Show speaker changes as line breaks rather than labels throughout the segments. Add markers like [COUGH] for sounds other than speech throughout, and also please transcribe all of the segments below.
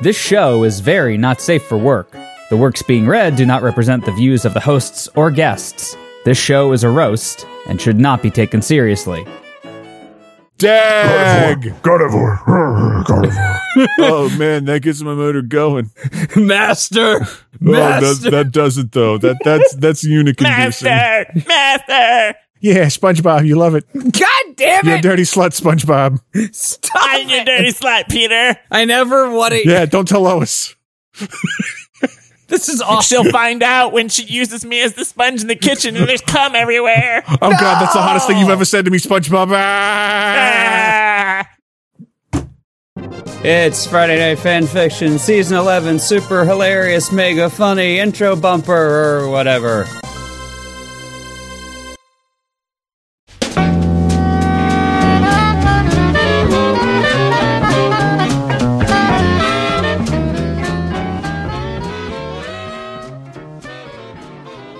This show is very not safe for work. The works being read do not represent the views of the hosts or guests. This show is a roast and should not be taken [LAUGHS] seriously.
Dag!
Carnivore. Carnivore.
[LAUGHS] oh man, that gets my motor going.
Master!
Oh, that, that doesn't though. That that's that's unit condition.
Master!
Yeah, SpongeBob, you love it.
God damn
You
it!
dirty slut, SpongeBob.
Stop
I'm your
it!
dirty slut, Peter.
I never want to.
Yeah, don't tell Lois.
This is awesome.
She'll find out when she uses me as the sponge in the kitchen and there's cum everywhere.
Oh God, that's the hottest thing you've ever said to me, SpongeBob. Ah!
Ah.
It's Friday Night Fan Fiction, Season 11, super hilarious, mega funny intro bumper or whatever.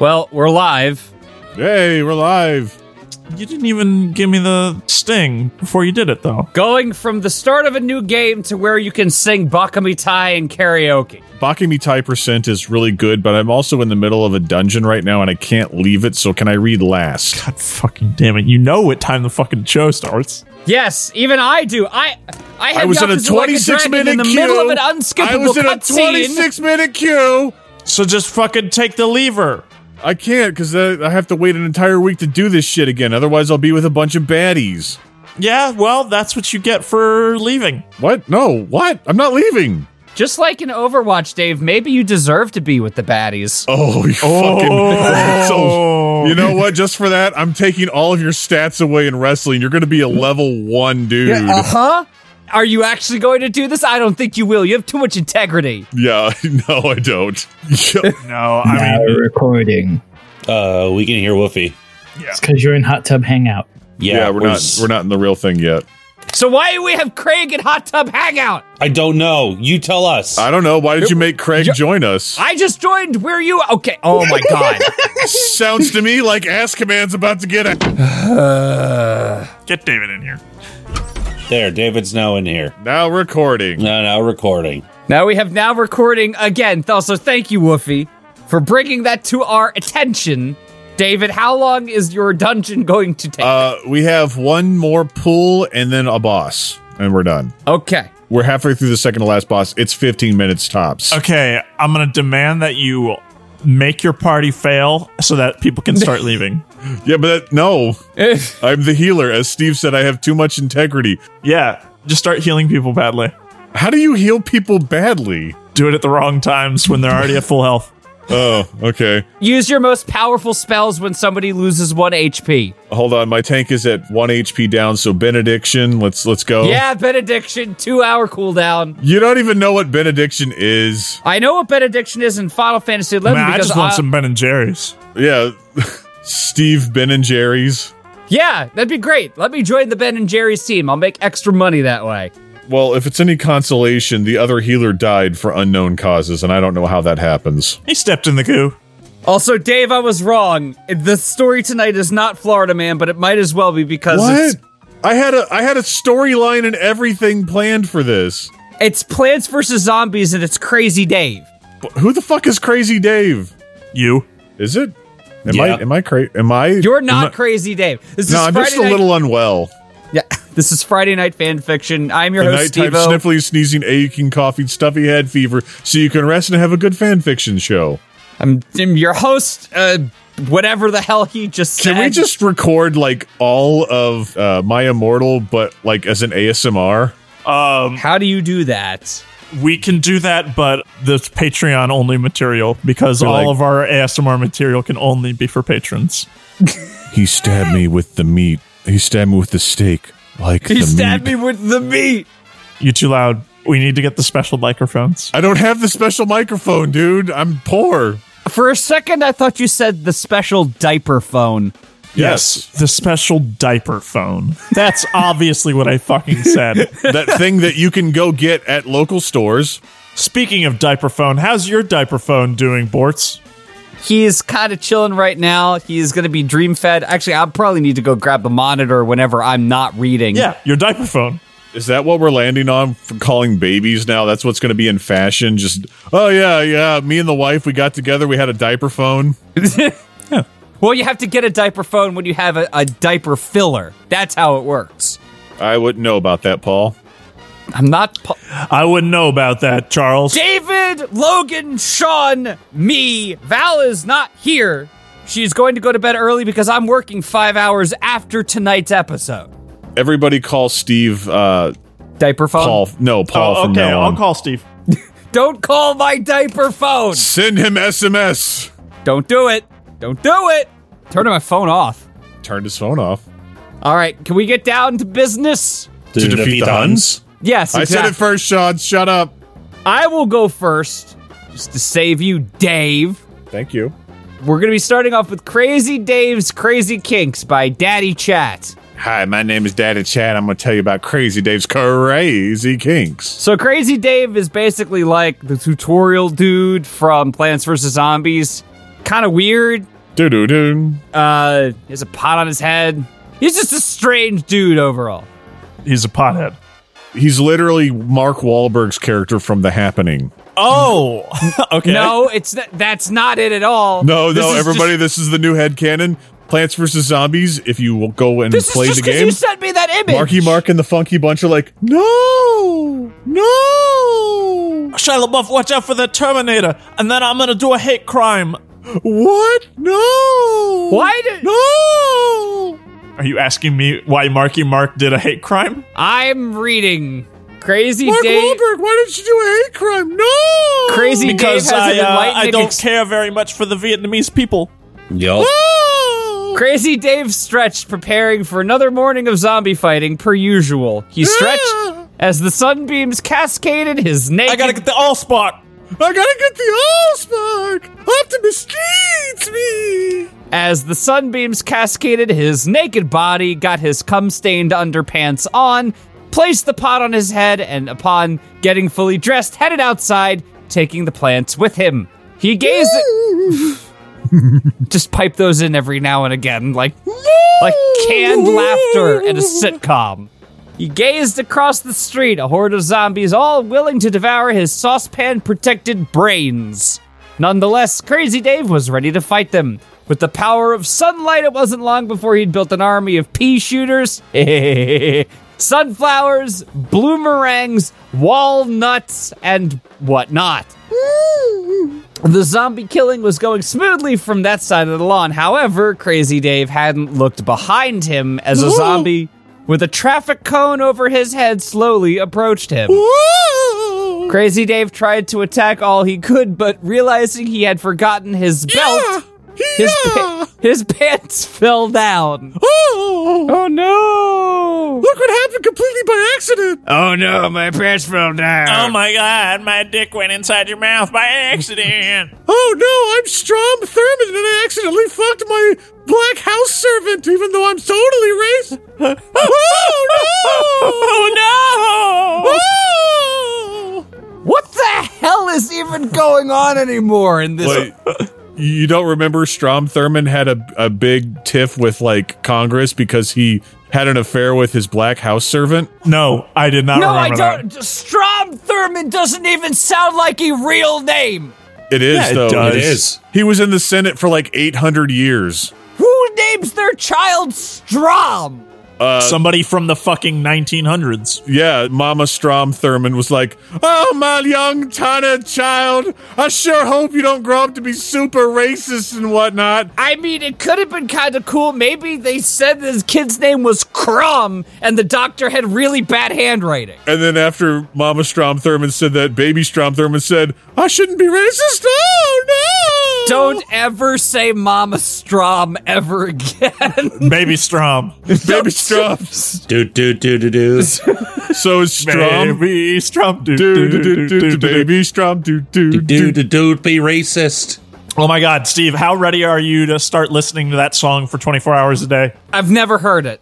Well, we're live.
Hey, we're live.
[LAUGHS] You didn't even give me the sting before you did it, though.
Going from the start of a new game to where you can sing Bakami Tai and karaoke.
Bakimi Tai percent is really good, but I'm also in the middle of a dungeon right now and I can't leave it, so can I read last?
God fucking damn it. You know what time the fucking show starts.
Yes, even I do. I I, had
I was
the
in a
opposite like
26
dragon
minute
in the
queue.
middle of an
I
unskippable
was in a
cutscene.
26 minute queue.
So just fucking take the lever.
I can't because I have to wait an entire week to do this shit again. Otherwise, I'll be with a bunch of baddies.
Yeah, well, that's what you get for leaving.
What? No, what? I'm not leaving.
Just like in Overwatch, Dave, maybe you deserve to be with the baddies.
Oh, you fucking. [LAUGHS] so, you know what? Just for that, I'm taking all of your stats away in wrestling. You're going to be a level one dude.
Uh huh. Are you actually going to do this? I don't think you will. You have too much integrity.
yeah, [LAUGHS] no, I don't. Yep.
No, I
now
mean,
recording.
Uh, we can hear Woofy.
yeah.
It's because you're in Hot Tub Hangout.
Yeah,
yeah, we're not
s-
we're not in the real thing yet.
So why do we have Craig at Hot Tub Hangout?
I don't know. You tell us.
I don't know. Why did you make Craig join [LAUGHS] us?
I just joined. Where are you? Okay. Oh
[LAUGHS]
my god.
Sounds to me like ass command's about to get a.
Get David in here.
there, David's now in here.
Now recording.
No, now recording.
now we have now recording again. Also, thank you, Woofy, for bringing that to our attention. David, how long is your dungeon going to take?
Uh, we have one more pool and then a boss, and we're done.
okay. [LAUGHS]
We're halfway through the second to last boss. It's 15 minutes tops.
Okay, I'm going to demand that you make your party fail so that people
[LAUGHS]
can start leaving.
Yeah, but that, no, I'm the healer. As Steve said, I have too much integrity.
Yeah, just start healing people badly.
How do you heal people badly?
Do it at the wrong times when they're already at full
[LAUGHS]
health.
Oh, okay.
Use your most powerful spells when somebody loses one HP.
Hold on, my tank is at one HP down, so benediction. Let's let's go.
Yeah, benediction, two hour cooldown.
You don't even know what benediction is.
I know what benediction is in Final Fantasy XI
Man, I
because
just want
I-
some Ben and Jerry's.
Yeah, [LAUGHS] Steve Ben and Jerry's.
yeah, that'd be great. Let me join the Ben and Jerry's team. I'll make extra money that way.
Well, if it's any consolation, the other healer died for unknown causes, and I don't know how that happens.
He stepped in the goo.
Also, Dave, I was wrong. The story tonight is not Florida Man, but it might as well be because
What?
it's
I had a I had a storyline and everything planned for this.
it's Plants vs Zombies and it's Crazy Dave.
But who the fuck is Crazy Dave?
You.
Is it? Am
Yeah.
I am I cra- am I
You're not Crazy Dave. This
No,
is
I'm
Friday
just a
night-
little unwell.
Yeah, [LAUGHS] this is Friday night fan fiction. I'm your
A
host,
nighttime
Steve-O.
sniffly, sneezing, aching, coughing, stuffy head fever, so you can rest and have a good fan fiction show.
I'm, I'm your host, uh, whatever the hell he just said.
Can we just record like all of uh, My Immortal, but like as an ASMR?
Um,
How do you do that?
we can do that, but this Patreon only material because all
like-
of our ASMR material can only be for patrons.
He stabbed me with the meat. He stabbed me with the steak. Like
He stabbed me with the meat.
You too loud. We need to get the special microphones.
I don't have the special microphone, dude. I'm poor.
For a second, I thought you said the special diaper phone.
the special diaper phone. That's [LAUGHS] obviously what I
[LAUGHS]
fucking said.
[LAUGHS]
that thing that you can go get at local stores.
Speaking of diaper phone, how's your diaper phone doing, Borts?
He's kind of chilling right now. He's going to be [LAUGHS] dream fed. Actually, I probably need to go grab the monitor whenever I'm not reading.
Yeah, your diaper phone.
Is that what we're landing on for calling babies now? That's what's going to be in fashion. Just oh yeah, yeah. Me and the wife we got together. We had a diaper phone.
Well, you have to get a diaper phone when you have a, a diaper filler. That's how it works.
I wouldn't know about that, Paul.
I'm not. Po-
I wouldn't know about that, Charles.
David, Logan, Sean, me. Val is not here. She's going to go to bed early because I'm working five hours after tonight's episode.
Everybody call Steve. Uh,
Diaper phone.
Paul. No, Paul
Oh,
from
okay,
now on.
I'll call Steve.
Don't call my diaper phone.
Send him SMS.
Don't do it. Don't do it. Turn my phone off.
Turned his phone off
All right, can we get down to business?
to, defeat, the Huns.
Yes,
I said
exactly.
it first, Sean. Shut up.
I will go first just to save you, Dave.
Thank you.
We're going to be starting off with Crazy Dave's Crazy Kinks by Daddy Chat.
Hi, my name is Daddy Chad. I'm going to tell you about Crazy Dave's crazy kinks.
So Crazy Dave is basically like the tutorial dude from Plants vs. Zombies. Kind of weird.
Doo doo doo.
Uh, he has a pot on his head. He's just a strange dude overall.
He's a pothead.
He's literally Mark Wahlberg's character from The Happening.
Oh, [LAUGHS] okay.
No, it's not, that's not it at all.
No,
This
no,
is
everybody,
just-
this is the new headcanon. Plants vs. Zombies. If you will go and
this
play
is just
the game,
you sent me that image.
Marky Mark and the Funky Bunch are like, no, no,
Shia LaBeouf, watch out for the Terminator, and then I'm gonna do a hate crime.
what? No.
Why did
No.
Are you asking me why Marky Mark did a hate crime?
I'm reading Crazy
Mark
Dave?
Wahlberg, why didn't you do a hate crime? No.
Crazy
Because
Dave has
I,
an
uh,
enlightening
I don't
ex-
care very much for the Vietnamese people.
Yup.
Crazy Dave stretched, preparing for another morning of zombie fighting per usual. He
Ah.
stretched as the sunbeams cascaded his naked.
I gotta get the all spot.
I gotta get the Allspark! Optimus needs me!
as the sunbeams cascaded his naked body, got his cum-stained underpants on, placed the pot on his head, and upon getting fully dressed, headed outside, taking the plants with him. He gazed. at- Just pipe those in every now and again, like like canned laughter at a sitcom. He gazed across the street, a horde of zombies all willing to devour his saucepan protected brains. Nonetheless, Crazy Dave was ready to fight them. With the power of sunlight, it wasn't long before he'd built an army of pea shooters, [LAUGHS] sunflowers, bloomerangs, walnuts, and whatnot. The zombie killing was going smoothly from that side of the lawn. However, Crazy Dave hadn't looked behind him as a zombie with a traffic cone over his head slowly approached him. Crazy Dave tried to attack all he could, but realizing he had forgotten his belt, his, pa-
[LAUGHS]
his pants [LAUGHS] fell down.
Oh!
Oh no!
Look what happened completely by accident!
Oh no, my pants fell down.
Oh my god, my dick went inside your mouth by accident.
Oh no, I'm Strom Thurmond and I accidentally fucked my black house servant, even though I'm
[LAUGHS]
totally racist! oh no! Oh no!
What the hell is even going on anymore in this?
you don't remember Strom Thurmond had a, a big tiff with like Congress because he had an affair with his black house servant?
No, I did not
No, I
remember
don't. Strom Thurmond doesn't even sound like a real name.
It is,
Yeah, it
though.
does.
It is.
He was in the Senate for like 800 years.
Who names their child Strom?
Uh,
that. Somebody from the fucking 1900s.
Yeah, Mama Strom Thurmond was like, Oh, my young, tiny child, I sure hope you don't grow up to be super racist and whatnot.
I mean, it could have been kind of cool. Maybe they said this kid's name was Crumb, and the doctor had really bad handwriting.
And then after Mama Strom Thurmond said that, Baby Strom Thurmond said, I shouldn't be racist. Oh, no.
Don't ever say Mama Strom ever again. [LAUGHS]
Baby
[LAUGHS]
Strom.
Baby Strom.
Do do do
[LAUGHS]
do do.
So is Strom.
Baby Strom. Do,
Do,
do,
do, do, do, do, Baby Strom. Do, do,
Do
do.
do do. Be racist.
Oh my God, Steve, how ready are you to start listening to that song for 24 hours a day?
I've never heard it.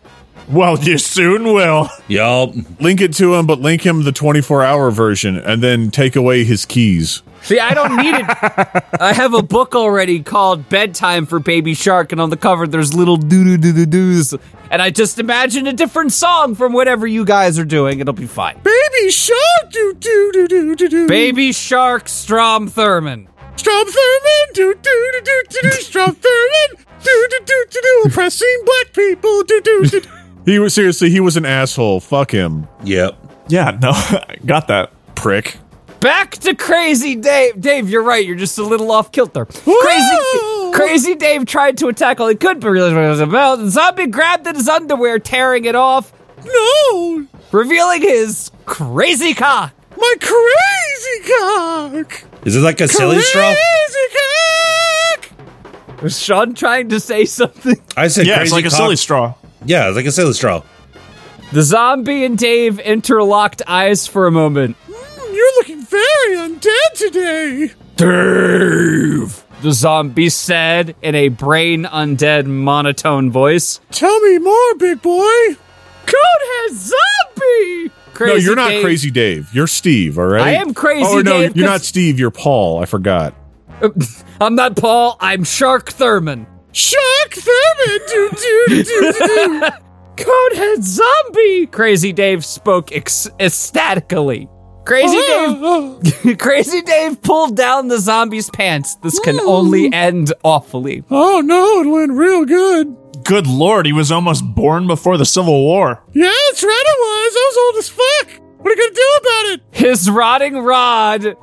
Well, you soon will.
Yup.
Link it to him, but link him the 24 hour version and then take away his keys.
See, I don't need it. I have a book already called Bedtime for Baby Shark, and on the cover there's little doo doo doo doo doos, and I just imagine a different song from whatever you guys are doing. It'll be fine.
Baby shark, do do do do do do.
Baby Shark Strom Thurman.
Strom Thurman, do do do do do do. Strom Thurman, do do do do do. Oppressing black people, do do do. [LAUGHS] He was seriously, he was an asshole. Fuck him,
Yep.
Yeah,
[LAUGHS]
no, I got that.
prick.
Back to Crazy Dave. Dave, you're right. You're just a little off kilter. Crazy, Crazy Dave tried to attack all he could, but realized what it was about. The zombie grabbed at his underwear, tearing it off,
No,
revealing his crazy cock.
my crazy cock.
Is it like a silly straw?
Crazy cock.
Was Sean trying to say something?
I said
Yeah,
crazy
it's like a
cock.
silly straw.
Yeah, it's like a silly straw.
The zombie and Dave interlocked eyes for a moment.
Hmm, You're looking very undead today.
Dave! The zombie said in a brain undead monotone voice.
Tell me more, big boy.
Conehead zombie! Crazy
no, you're not
Dave-
Crazy Dave. You're Steve, all right?
I am Crazy
Oh, no,
Dave,
you're
'cause-
not Steve. You're Paul. I forgot.
I'm not Paul. I'm Shark Thurman.
Shock Thurman. do, do, do, do, do.
[LAUGHS] Conehead zombie! Crazy Dave spoke ex- ecstatically. Crazy Dave, [LAUGHS]
Oh,
Crazy Dave pulled down the zombie's pants. This can only end awfully.
oh, no, it went real good.
Good lord, he was almost born before the Civil War.
Yeah, that's right, it was. I was old as fuck. What are you going to do about it?
His rotting rod.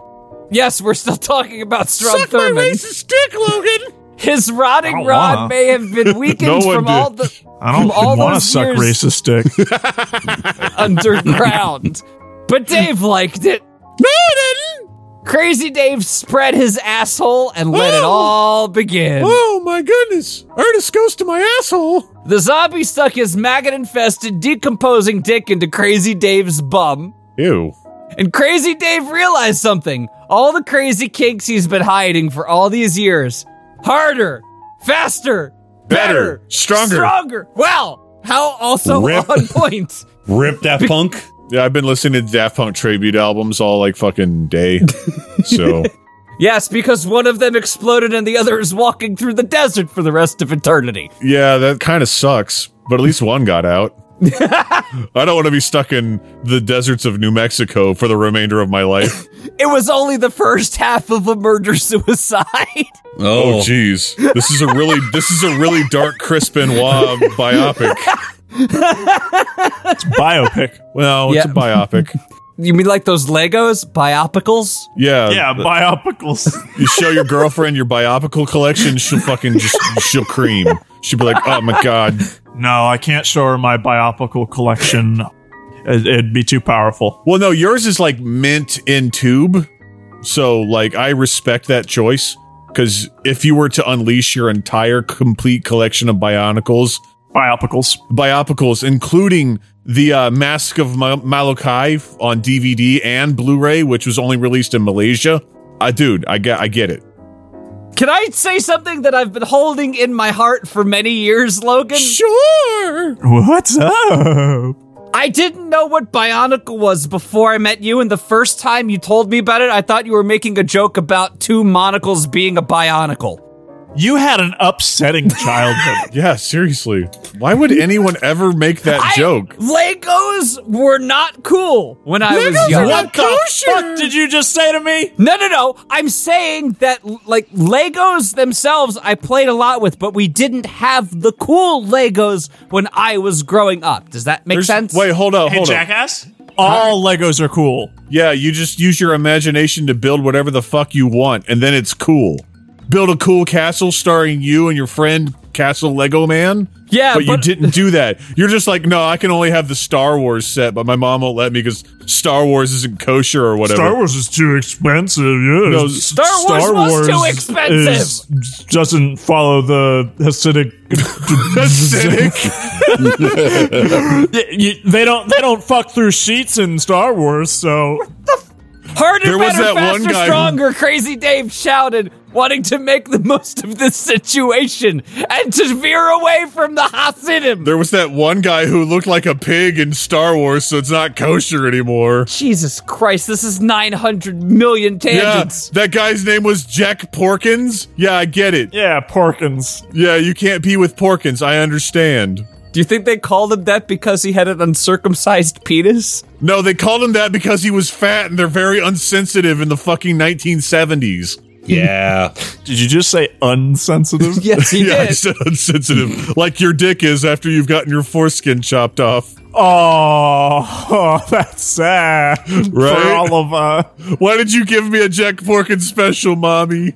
Yes, we're still talking about Strom
Suck my
Thurman.
racist dick, Logan.
His
I
rotting
don't
rod
wanna.
may have
[LAUGHS]
been weakened
Oh, No one
from
did.
all the
I don't
From all
want to
those
suck
years-
racist [LAUGHS] dick.
underground. but Dave liked it.
no, it didn't.
Crazy Dave spread his asshole and let it
Oh.
all begin.
Oh, my goodness. Ernest goes to my asshole.
The zombie stuck his maggot infested, decomposing dick into Crazy Dave's bum.
Ew.
And Crazy Dave realized something. All the crazy kinks he's been hiding for all these years. Harder, faster, better,
Better, stronger.
stronger. Wow. How also
Rip.
on point.
[LAUGHS]
Rip that punk.
Yeah, I've been listening to Daft Punk tribute albums all like fucking [LAUGHS] day. so
Yes, because one of them exploded and the other is walking through the desert for the rest of eternity.
yeah, that kind of sucks. But at least one got
[LAUGHS]
out. I don't want to be stuck in the deserts of New Mexico for the remainder of my life.
It was only the first half of a murder [LAUGHS] suicide.
Oh,
Oh,
jeez, this is a really this is a really dark Chris Benoit biopic.
It's biopic.
Well, it's
Yeah.
a biopic.
you mean like those Legos? Biopicals?
Yeah,
Yeah, biopicals.
You show your girlfriend your biopical collection, she'll fucking just she'll cream. She'll be like, "Oh my god,
[LAUGHS] No, I can't show her my biopical collection. It- It'd be too powerful.
Well, no, yours is like mint in tube. So, like, I respect that choice because if you were to unleash your entire complete collection of bionicles,
Biopicals.
biopicals, including the uh, Mask of Ma- Malachi f- on DVD and Blu ray, which was only released in Malaysia, uh, dude, I get, I get it.
Can I say something that I've been holding in my heart for many years, Logan?
Sure.
What's up?
I didn't know what Bionicle was before I met you, and the first time you told me about it, I thought you were making a joke about two monocles being a Bionicle.
You had an upsetting
[LAUGHS]
childhood.
Yeah, seriously. Why would anyone ever make that
I-
joke?
Legos were not cool when I was
Legos
young.
are
what the
Kosher.
fuck did you just say to me?
No, no, no. I'm saying that, like, Legos themselves, I played a lot with, but we didn't have the cool Legos when I was growing up. Does that make sense?
Wait, hold up,
Hey,
hold up.
jackass. All Legos are cool.
Yeah, you just use your imagination to build whatever the fuck you want, and then it's cool. Build a cool castle starring you and your friend Castle Lego Man.
Yeah,
but,
but-
you didn't do that. You're just like, no, I can only have the Star Wars set, but my mom won't let me because Star Wars isn't kosher or whatever.
Wars is too expensive. Yeah.
No,
Star,
Wars was too expensive.
doesn't follow the [LAUGHS] Hasidic.
Acidic.
[LAUGHS] Y- y- they don't. They don't fuck through sheets in Star Wars. So
Harder,
There was
better,
that one
faster,
guy who-
stronger, Crazy Dave shouted, wanting to make the most of this situation and to veer away from the Hasidim.
there was that one guy who looked like a pig in Star Wars, so it's not kosher anymore.
Jesus Christ, this is 900 million tangents.
Yeah, that guy's name was Jack Porkins. Yeah, I get it.
yeah, Porkins.
Yeah, you can't be with Porkins. I understand.
Do you think they called him that because he had an uncircumcised penis?
No, they called him that because he was fat and they're very unsensitive in the fucking 1970s.
Yeah.
Did you just say unsensitive?
Yes, he
[LAUGHS] Yeah, I
did.
said unsensitive. like your dick is after you've gotten your foreskin chopped off.
Oh, [LAUGHS] that's sad for
Right?
all of uh,
Why did you give me a Jack Porkin special, mommy?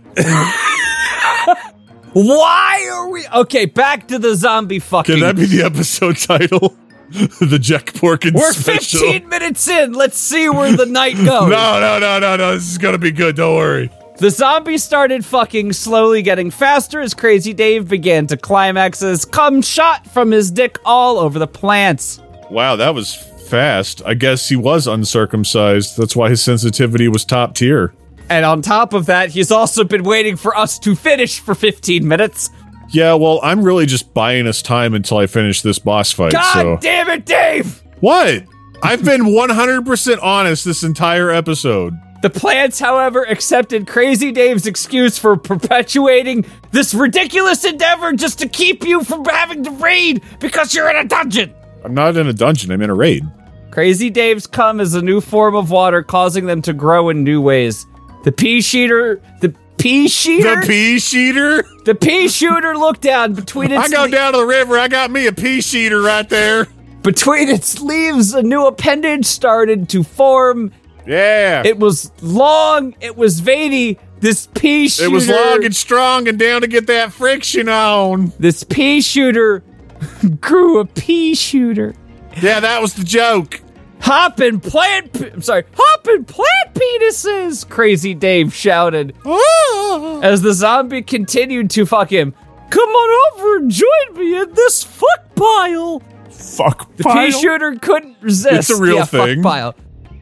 Why are we okay? Back to the zombie fucking.
Can that be the episode title? [LAUGHS] the Jack Porkin
We're
special.
15 minutes in. Let's see where the
[LAUGHS]
night goes.
No, no, no, no, no. This is going to be good. Don't worry.
The zombie started fucking slowly getting faster as Crazy Dave began to climax as cum shot from his dick all over the plants.
Wow, that was fast. I guess he was uncircumcised. That's why his sensitivity was top tier.
And on top of that, he's also been waiting for us to finish for 15 minutes.
Yeah, well, I'm really just buying us time until I finish this boss fight.
God
so
damn it, Dave!
what? I've been 100% honest this entire episode.
The plants, however, accepted Crazy Dave's excuse for perpetuating this ridiculous endeavor just to keep you from having to raid because you're in a dungeon.
I'm not in a dungeon. I'm in a raid.
Crazy Dave's cum is a new form of water, causing them to grow in new ways. The pea shooter, the pea shooter,
The pea sheeter?
the pea shooter looked down between its
[LAUGHS] I go
le-
down to the river. I got me a pea sheeter right there.
between its leaves. A new appendage started to form.
Yeah.
It was long. It was veiny. This pea shooter.
It was long and strong and down to get that friction on.
this pea shooter [LAUGHS] grew a pea shooter.
Yeah, that was the joke.
Hop and plant. Pe- I'm sorry. Hop and plant penises. Crazy Dave shouted. as the zombie continued to fuck him. Come on over and join me in this fuck pile.
fuck
The pea
pile.
shooter couldn't resist.
It's a real
Yeah,
thing.
Fuck pile.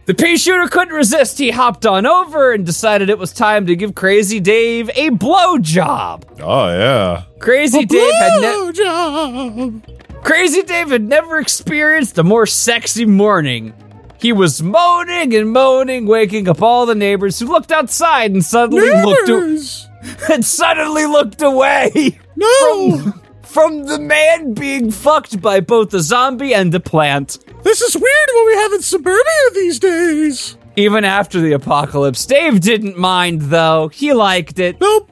The pea shooter couldn't resist. He hopped on over and decided it was time to give Crazy Dave a blowjob.
Oh, yeah.
Crazy Dave had ne- Crazy Dave had never experienced a more sexy morning. He was moaning and moaning, waking up all the neighbors who looked outside and suddenly looked a- [LAUGHS] and suddenly looked away.
No.
from the man being fucked by both the zombie and the plant.
this is weird what we have in suburbia these days.
Even after the apocalypse, Dave didn't mind though. He liked it.
Nope.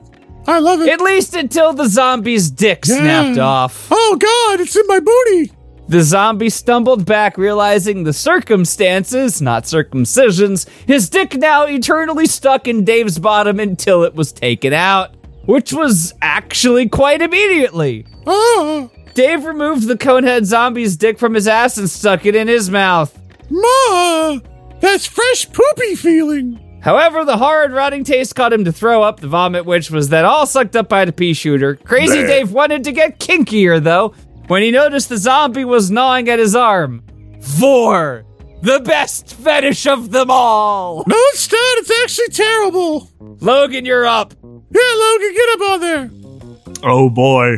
I love it.
At least until the zombie's dick snapped
Yeah.
off.
oh, God. It's in my booty.
The zombie stumbled back, realizing the circumstances, not circumcisions, his dick now eternally stuck in Dave's bottom until it was taken out, which was actually quite immediately.
Oh,
Dave removed the conehead zombie's dick from his ass and stuck it in his mouth.
Ma. That's fresh poopy feeling.
However, the horrid rotting taste caused him to throw up the vomit, which was then all sucked up by the pea shooter. Crazy Dave wanted to get kinkier, though, when he noticed the zombie was gnawing at his arm. Vor! The best fetish of them all!
No, it's not. It's actually terrible.
Logan, you're up!
Yeah, Logan, get up on there.
Oh boy.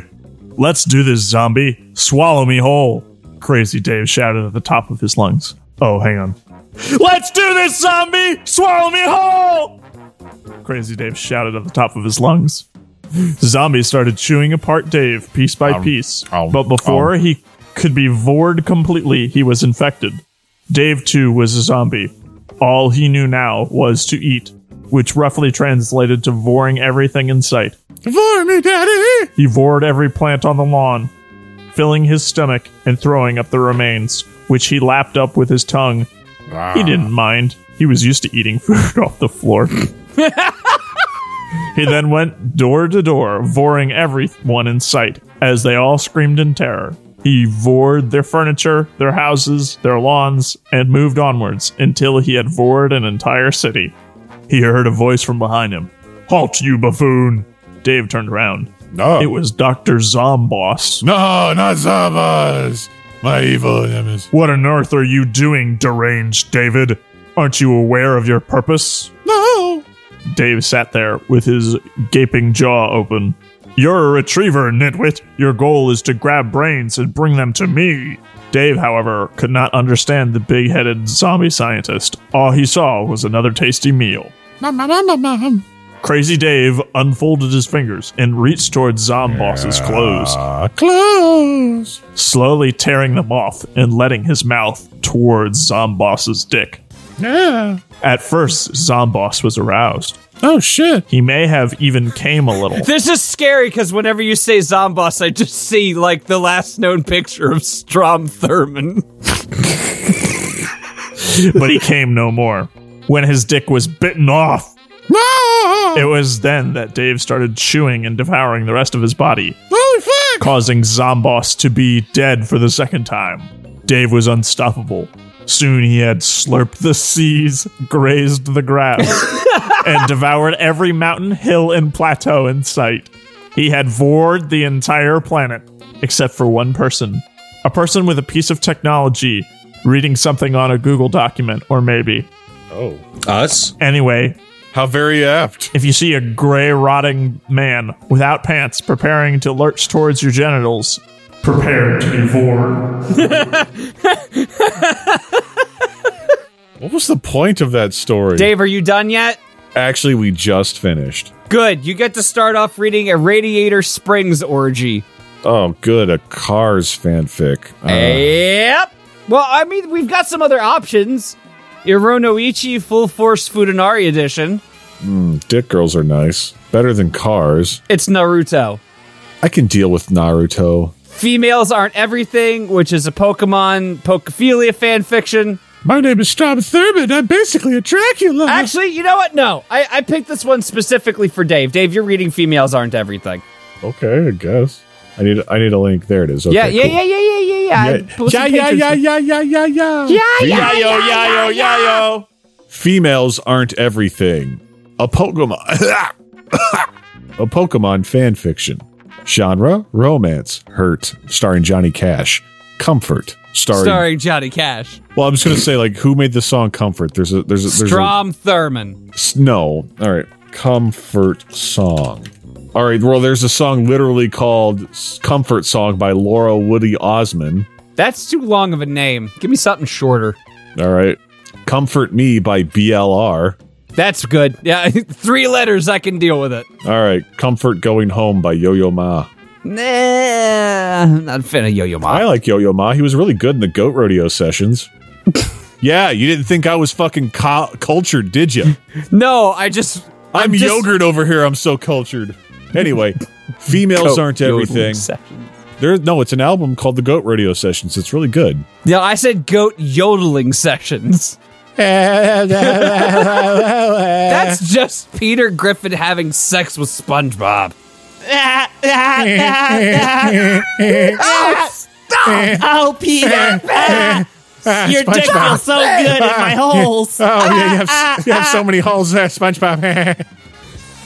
Let's do this, zombie. Swallow me whole. Crazy Dave shouted at the top of his lungs. Oh, hang on. Let's do this, zombie! Swallow me whole! Crazy Dave shouted at the top of his lungs. Zombie started chewing apart Dave piece by piece,
um,
but before he could be vored completely, he was infected. Dave, too, was a zombie. All he knew now was to eat, which roughly translated to voring everything in sight.
For me, daddy.
He vored every plant on the lawn, filling his stomach and throwing up the remains, which he lapped up with his tongue. He didn't mind. He was used to eating [LAUGHS] food off the floor. he then went door to door, voring everyone in sight as they all screamed in terror. He vored their furniture, their houses, their lawns, and moved onwards until he had vored an entire city. He heard a voice from behind him Halt, you buffoon! Dave turned around.
No.
[LAUGHS] It was Dr. Zomboss.
No, not zombies. My evil enemies.
What on earth are you doing, deranged David? Aren't you aware of your purpose?
No.
Dave sat there with his gaping jaw open. You're a retriever, nitwit. Your goal is to grab brains and bring them to me. Dave, however, could not understand the big headed zombie scientist. All he saw was another tasty meal. Crazy Dave unfolded his fingers and reached towards Zomboss's clothes,
Close.
slowly tearing them off and letting his mouth towards Zomboss's dick.
Yeah.
At first, Zomboss was aroused.
Oh shit.
He may have even came a little.
This is scary because whenever you say Zomboss, I just see like the last known picture of Strom Thurmond.
[LAUGHS] but he came no more. When his dick was bitten off, it was then that Dave started chewing and devouring the rest of his body,
Holy fuck.
causing Zomboss to be dead for the second time. Dave was unstoppable. Soon he had slurped the seas, grazed
[LAUGHS]
the grass, and devoured every mountain, hill, and plateau in sight. He had vored the entire planet, except for one person a person with a piece of technology, reading something on a Google document, or maybe.
Us?
Anyway,
How very apt.
if you see a gray, rotting man without pants preparing to lurch towards your genitals, prepare to be vored.
What was the point of that story?
Dave, are you done yet?
Actually, we just finished.
Good. You get to start off reading a Radiator Springs orgy.
Oh, good. A Cars fanfic. Uh,
Yep. Well, I mean, we've got some other options. Ironoichi Full Force Futanari Edition.
Dick girls are nice. Better than Cars.
It's Naruto.
I can deal with Naruto.
Females aren't everything, which is a Pokemon Pokophilia fan fiction.
My name is Strom Thurmond. I'm basically a Dracula.
Actually, you know what? No, I, I picked this one specifically for Dave. Dave, you're reading females aren't everything.
okay, I guess. I need I need a link. There it is. Okay,
Yeah, yeah,
cool.
yeah, yeah, yeah, yeah, yeah. Post some pictures.
yeah, yeah, yeah, yeah,
Yayo, yayo, yayo.
Females aren't everything. A Pokemon. [LAUGHS] a Pokemon fan fiction. Genre romance. Hurt. Starring Johnny Cash. Comfort. Starring.
Starring Johnny Cash,
Well, I'm just gonna say like who made the song Comfort? There's a there's a there's a
Strom Thurmond.
s- no. All right. Comfort song. All right. Well, there's a song literally called S- Comfort Song by Laura Woody Osmond.
That's too long of a name. Give me something shorter.
All right. Comfort Me by BLR.
That's good. Yeah, [LAUGHS] three letters. I can deal with it.
All right, Comfort Going Home by Yo Yo Ma.
Nah, I'm not a fan of Yo-Yo Ma.
I like Yo Yo Ma. He was really good in the goat rodeo sessions. yeah, you didn't think I was fucking co- cultured, did you?
No, I just
I'm,
just-
yogurt over here. I'm so cultured. Anyway, females aren't
Yo-Yo
everything.
session.
There, no, it's an album called The Goat Rodeo Sessions. It's really good.
No, I said goat yodeling sessions.
Eh.
That's just Peter Griffin having sex with SpongeBob.
Oh, Peter. Ah. Your dick feels so good in my holes. Ah,
Oh yeah, you have, you have so many holes there, SpongeBob.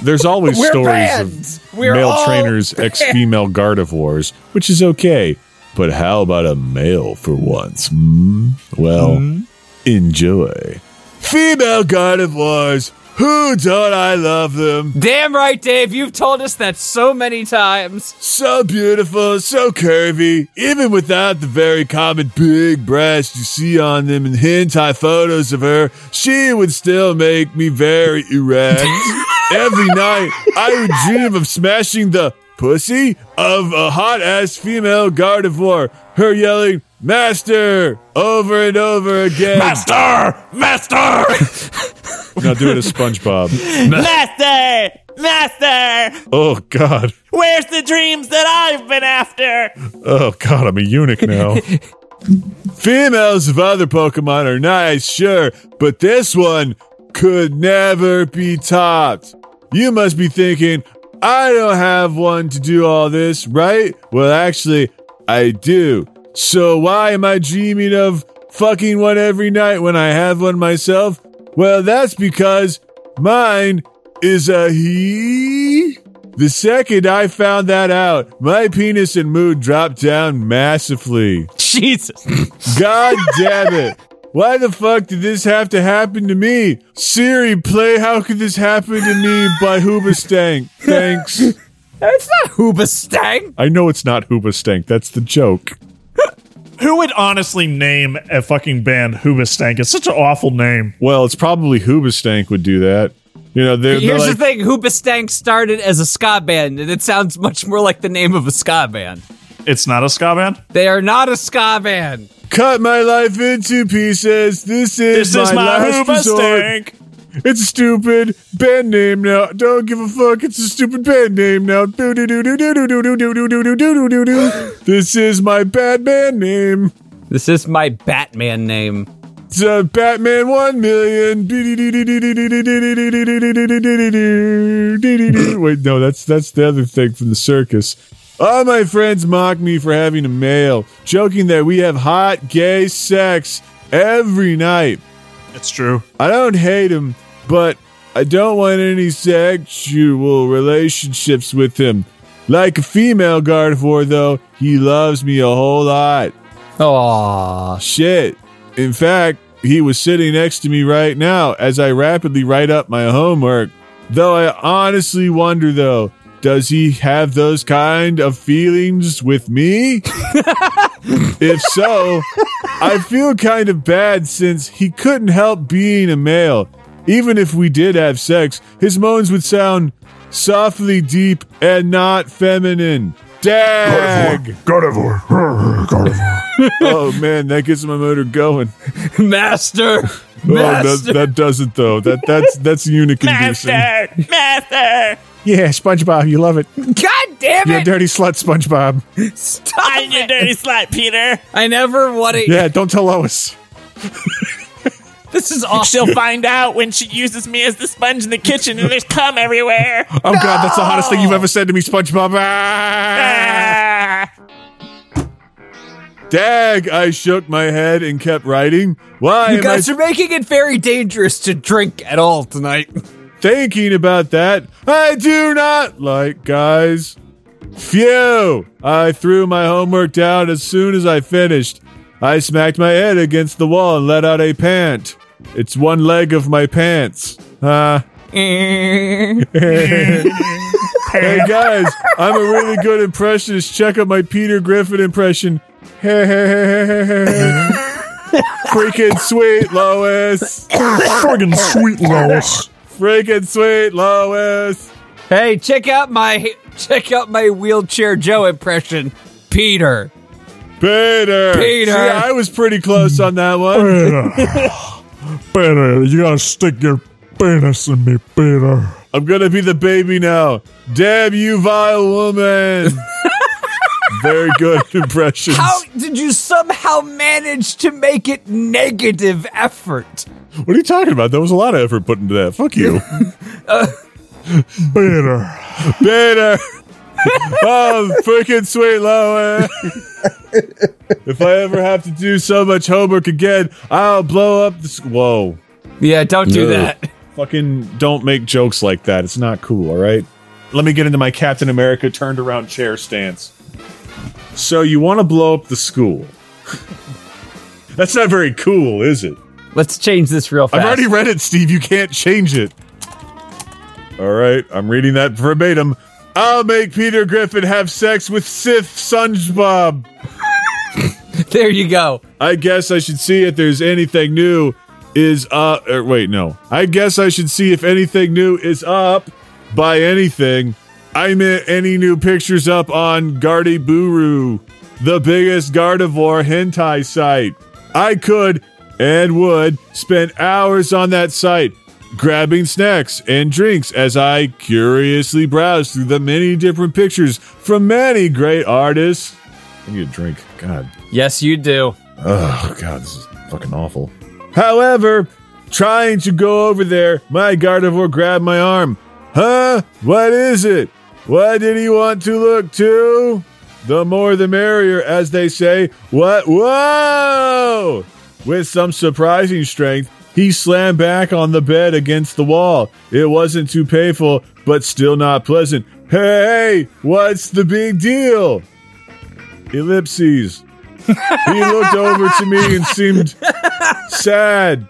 There's always stories of male trainers ex female Gardevoirs, which is okay. But how about a male for once? Hmm? Well, enjoy. Female Gardevoirs, who don't I love them?
Damn right, Dave. You've told us that so many times. [LAUGHS]
So beautiful, so curvy, even without the very common big breasts you see on them in hentai photos of her, she would still make me very erect. Every night, I would dream of smashing the pussy of a hot ass female Gardevoir, her yelling, Master! over and over again.
Master! Master!
Now do it as SpongeBob.
Master, master,
Oh, God.
where's the dreams that I've been after?
Oh god, I'm a eunuch now. Females of other Pokemon are nice, sure, but this one could never be topped. You must be thinking, I don't have one to do all this, right? Well, actually, I do. So why am I dreaming of fucking one every night when I have one myself? Well, that's because mine is a he. The second I found that out, my penis and mood dropped down massively.
Jesus.
God damn it. Why the fuck did this have to happen to me? Siri, play How Could This Happen to Me by Hoobastank. Thanks.
That's not Hoobastank.
I know it's not Hoobastank. That's the joke.
Who would honestly name a fucking band Hoobastank? It's such an awful name.
Well, it's probably Hoobastank would do that. You know, they're, they're
Here's
like,
the thing: Hoobastank started as a ska band, and it sounds much more like the name of a ska band.
It's not a ska band.
They are not a ska band.
cut my life into pieces. This is
This
my,
is my
last
Hooba
resort.
Stank.
It's a stupid band name now. Don't give a fuck. It's a stupid band name now. Do do do do do do do do do do do do do do do. This is my bad band name.
This is my Batman name.
It's a Batman one million. Wait, no, that's that's the other thing from the circus. All my friends mock me for having a male, joking that we have hot gay sex every night.
It's true.
I don't hate him, but I don't want any sexual relationships with him. Like a female Gardevoir, though, he loves me a whole lot.
Aww.
Shit. In fact, he was sitting next to me right now as I rapidly write up my homework. Though I honestly wonder, though, does he have those kind of feelings with me? if so, I feel kind of bad since he couldn't help being a male. Even if we did have sex, his moans would sound softly deep and not feminine. Dag!
Carnivore. Carnivore.
oh man, that gets my motor going.
Master.
Oh, that, that doesn't though. That that's that's eunuch inducing.
Master!
Yeah, SpongeBob, you love it.
God damn
You're a
it!
dirty slut, SpongeBob.
Stop
I'm your
it!
dirty slut, Peter.
I never want to.
Yeah, don't tell Lois.
This
[LAUGHS]
is awesome.
She'll find out when she uses me as the sponge in the kitchen and there's
[LAUGHS]
cum everywhere.
Oh God, that's the hottest thing you've ever said to me, SpongeBob.
Oh,
Ah!
Ah.
Dag! I shook my head and kept writing. Why
You
am
guys
I
are making it very dangerous to drink at all tonight.
thinking about that? I do not like guys. Phew! I threw my homework down as soon as I finished. I smacked my head against the wall and let out a pant. It's one leg of my pants. Ah. Hey guys, I'm a really good impressionist. Check out my Peter Griffin impression. Hey, hey, hey, hey, hey, hey. Freaking sweet, Lois.
Friggin' sweet [LAUGHS] Lois.
Freaking sweet, Lois.
hey, check out my check out my wheelchair Joe impression, Peter.
Peter.
Peter.
See, I was pretty close on that one. [LAUGHS]
Peter, you gotta stick your penis in me, Peter.
I'm gonna be the baby now. Damn you, vile [LAUGHS] woman. Very good impressions.
How did you somehow manage to make it negative effort?
What are you talking about? There was a lot of effort put into that. Fuck [LAUGHS] you. Uh.
Peter.
[LAUGHS] Peter. oh, freaking sweet [LAUGHS] Lois. if I ever have to do so much homework again, I'll blow up the. s- Whoa.
Yeah, don't do
No.
that.
Fucking don't make jokes like that. It's not cool, all right? Let me get into my Captain America turned around chair stance. So, you want to blow up the school. [LAUGHS] That's not very cool, is it?
Let's change this real fast.
I've already read it, Steve. You can't change it. All right, I'm reading that verbatim. I'll make Peter Griffin have sex with Sith SpongeBob.
[LAUGHS] there you go.
I guess I should see if there's anything new is up. Or wait, no. I guess I should see if anything new is up by anything. I meant any new pictures up on Gardiburu, the biggest Gardevoir hentai site. I could and would spend hours on that site, grabbing snacks and drinks as I curiously browsed through the many different pictures from many great artists. I need a drink. God
Yes, you do.
Oh god, this is fucking awful. However, trying to go over there, my Gardevoir grabbed my arm. Huh? What is it? What did he want to look to? The more the merrier, as they say. What? Whoa! With some surprising strength, he slammed back on the bed against the wall. It wasn't too painful, but still not pleasant. Hey, what's the big deal? Ellipses. He looked over to me and seemed sad.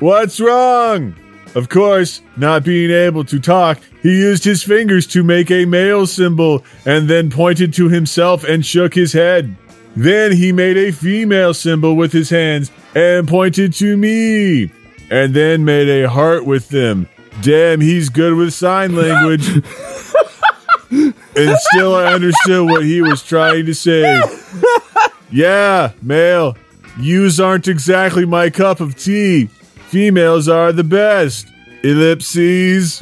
What's wrong? Of course, not being able to talk, he used his fingers to make a male symbol and then pointed to himself and shook his head. Then he made a female symbol with his hands and pointed to me, and then made a heart with them. Damn, he's good with sign language. and still, I understood what he was trying to say. Yeah, male, yous aren't exactly my cup of tea. Females are the best. Ellipses.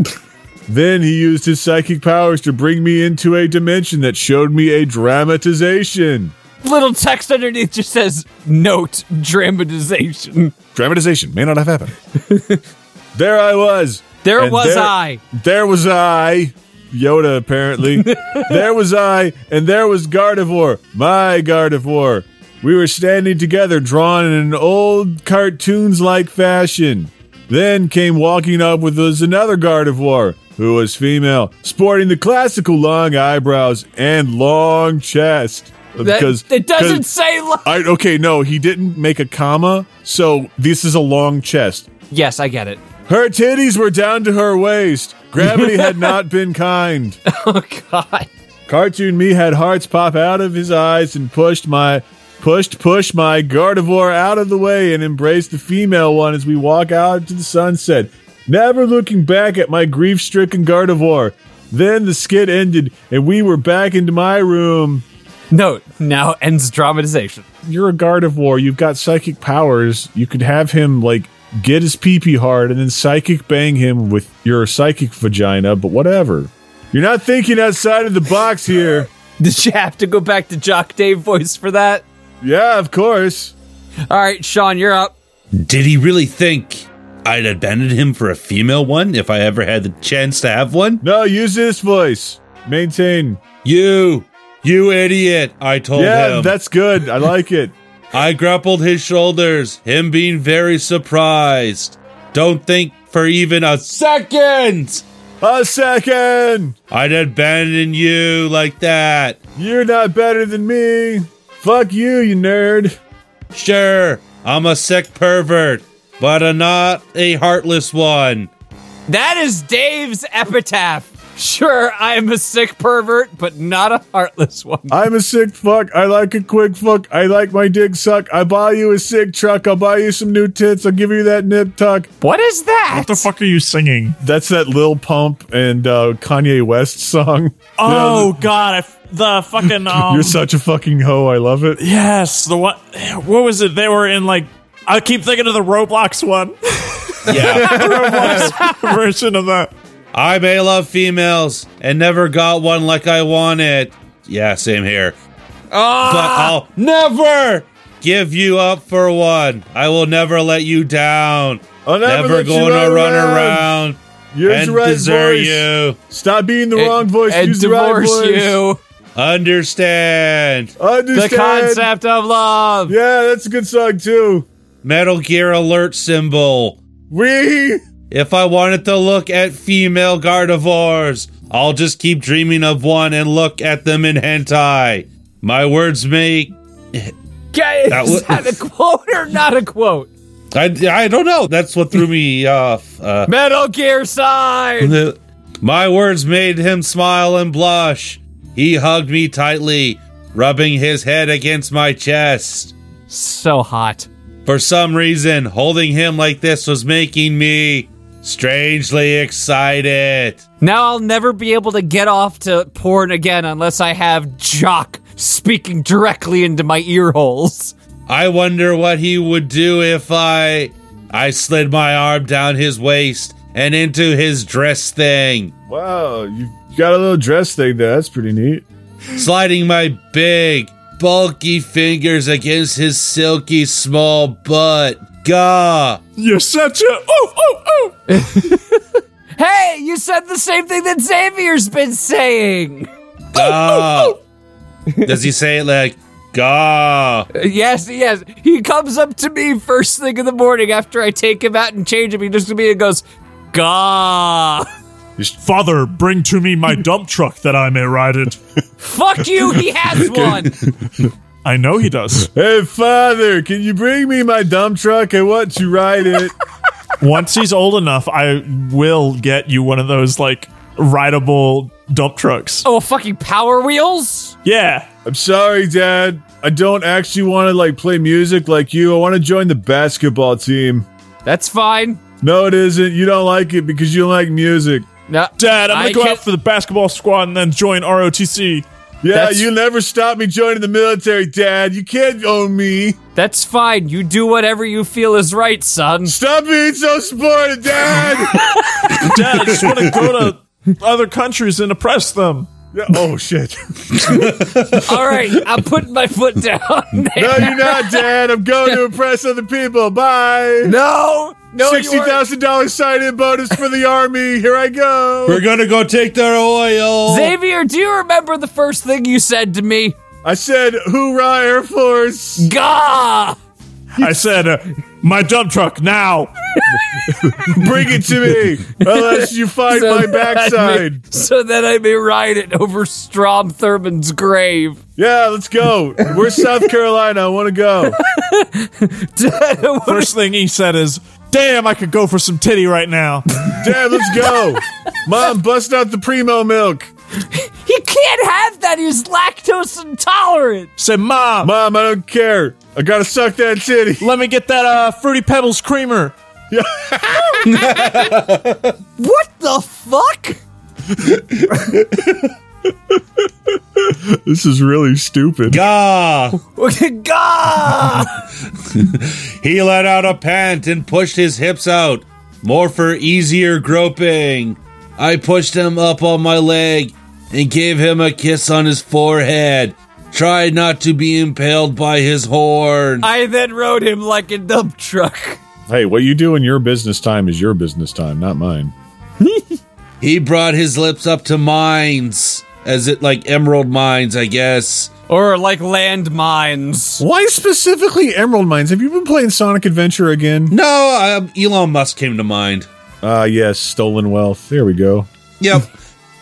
then he used his psychic powers to bring me into a dimension that showed me a dramatization.
Little text underneath just says note dramatization.
Dramatization may not have happened. [LAUGHS] there I was.
There was I.
There was I.
[LAUGHS]
Yoda, apparently. there was I, and there was Gardevoir, my Gardevoir. We were standing together, drawn in an old cartoons like fashion. Then came walking up with us another Gardevoir, who was female, sporting the classical long eyebrows and long chest.
That,
Because
it doesn't
because-
say. Lo-
I, okay, no, he didn't make a comma, so this is a long chest.
yes, I get it.
Her titties were down to her waist. Gravity had not been kind.
[LAUGHS] Oh God.
Cartoon me had hearts pop out of his eyes and pushed my pushed push my Gardevoir out of the way and embraced the female one as we walk out to the sunset, never looking back at my grief-stricken Gardevoir. Then the skit ended and we were back into my room.
Note now ends dramatization.
You're a Gardevoir, you've got psychic powers. You could have him like get his pee-pee hard and then psychic bang him with your psychic vagina, but whatever. You're not thinking outside of the box here.
Did you have to go back to Jock Dave voice for that?
Yeah, of course.
All right, Sean, you're up.
Did he really think I'd abandon him for a female one if I ever had the chance to have one?
No, use this voice. Maintain.
You, you idiot! I told
yeah,
him.
that's good. I like it.
I grappled his shoulders, him being very surprised. Don't think for even a second
A second.
I'd abandon you like that.
You're not better than me. Fuck you, you nerd.
Sure, I'm a sick pervert, but a not a heartless one.
That is Dave's epitaph. Sure, I'm a sick pervert, but not a heartless one.
I'm a sick fuck. I like a quick fuck. I like my dick suck. I buy you a sick truck. I'll buy you some new tits. I'll give you that nip tuck.
What is that?
What the fuck are you singing?
That's that Lil Pump and uh, Kanye West song.
Oh god, I f- the fucking um,
You're such a fucking hoe. I love it.
yes, the what? What was it? They were in like I keep thinking of the Roblox one [LAUGHS]
[LAUGHS]
Yeah. [LAUGHS]
version of that.
I may love females and never got one like I wanted. Yeah, same here.
Ah,
But I'll never give you up for one. I will never let you down.
I'll never
never
let you run
gonna run
around.
around,
Use
and
the right
desert
voice.
you.
Stop being the
And-
wrong voice.
and
Use the right
divorce
voice.
you.
Understand.
Understand.
The concept of love.
Yeah, that's a good song too.
Metal Gear Alert symbol.
We
If I wanted to look at female Gardevoirs, I'll just keep dreaming of one and look at them in hentai. My words make.
Okay,
That
is
wa-
that a quote or not a quote?
I, I don't know. That's what threw me off. Uh,
Metal Gear Sign.
the- my words made him smile and blush. He hugged me tightly, rubbing his head against my chest.
So hot.
For some reason, holding him like this was making me strangely excited.
Now I'll never be able to get off to porn again unless I have Jock speaking directly into my ear holes.
I wonder what he would do if I I slid my arm down his waist and into his dress thing,
wow, you got a little dress thing there. That's pretty neat.
sliding my big, bulky fingers against his silky small butt. Gah!
You're such a oh oh oh.
Hey, you said the same thing that Xavier's been saying.
Gah! Does he say it like gah?
Yes, yes. He comes up to me first thing in the morning after I take him out and change him. He looks at me and goes, Gah.
Father, bring to me my dump truck that I may ride it.
Fuck you, he [LAUGHS] has one.
I know he does.
Hey, father, can you bring me my dump truck? I want to ride it.
Once he's old enough, I will get you one of those like rideable dump trucks.
Oh, fucking Power Wheels?
Yeah.
I'm sorry, Dad. I don't actually want to like play music like you. I want to join the basketball team.
That's fine.
No, it isn't. You don't like it because you don't like music.
No,
Dad, I'm gonna
I
go
can't-
out for the basketball squad and then join ROTC.
Yeah,
That's-
you never stopped me joining the military, Dad. You can't own me.
That's fine. You do whatever you feel is right, son.
Stop being so supportive,
[LAUGHS]
Dad.
Dad, I just want to go to other countries and oppress them.
Yeah,
[LAUGHS]
oh shit.
All [LAUGHS] right, I'm putting my foot down.
No, you're not, Dad. I'm going to impress other people. Bye.
no, no, you
Sixty
aren't.
thousand dollars sign-in bonus for the army. Here I go.
We're gonna go take their oil.
Xavier, do you remember the first thing you said to me?
I said, "Hoorah, Air Force!"
Gah!
I said, uh, my dump truck now.
Bring it to me, unless you find my backside.
so that I may ride it over Strom Thurmond's grave. [LAUGHS]
Yeah, let's go. We're South Carolina. I want to go.
First thing he said is, damn, I could go for some titty right now.
Dad, let's go. Mom, bust out the primo milk.
he can't have that. He's lactose intolerant.
said, Mom,
Mom, I don't care. I gotta suck that titty.
let me get that uh, Fruity Pebbles creamer.
What the fuck?
This is really stupid.
Gah!
Okay, Gah!
He let out a pant and pushed his hips out, more for easier groping. I pushed him up on my leg and gave him a kiss on his forehead. Tried not to be impaled by his horn.
I then rode him like a dump truck.
Hey, what you do in your business time is your business time, not mine.
He brought his lips up to mine's, as it like emerald mines, I guess.
Or like landmines.
Why specifically Emerald Mines? Have you been playing Sonic Adventure
Mm-hmm.
again?
No, um, Elon Musk came to mind.
Ah, yes, stolen wealth. There we go.
[LAUGHS] Yep.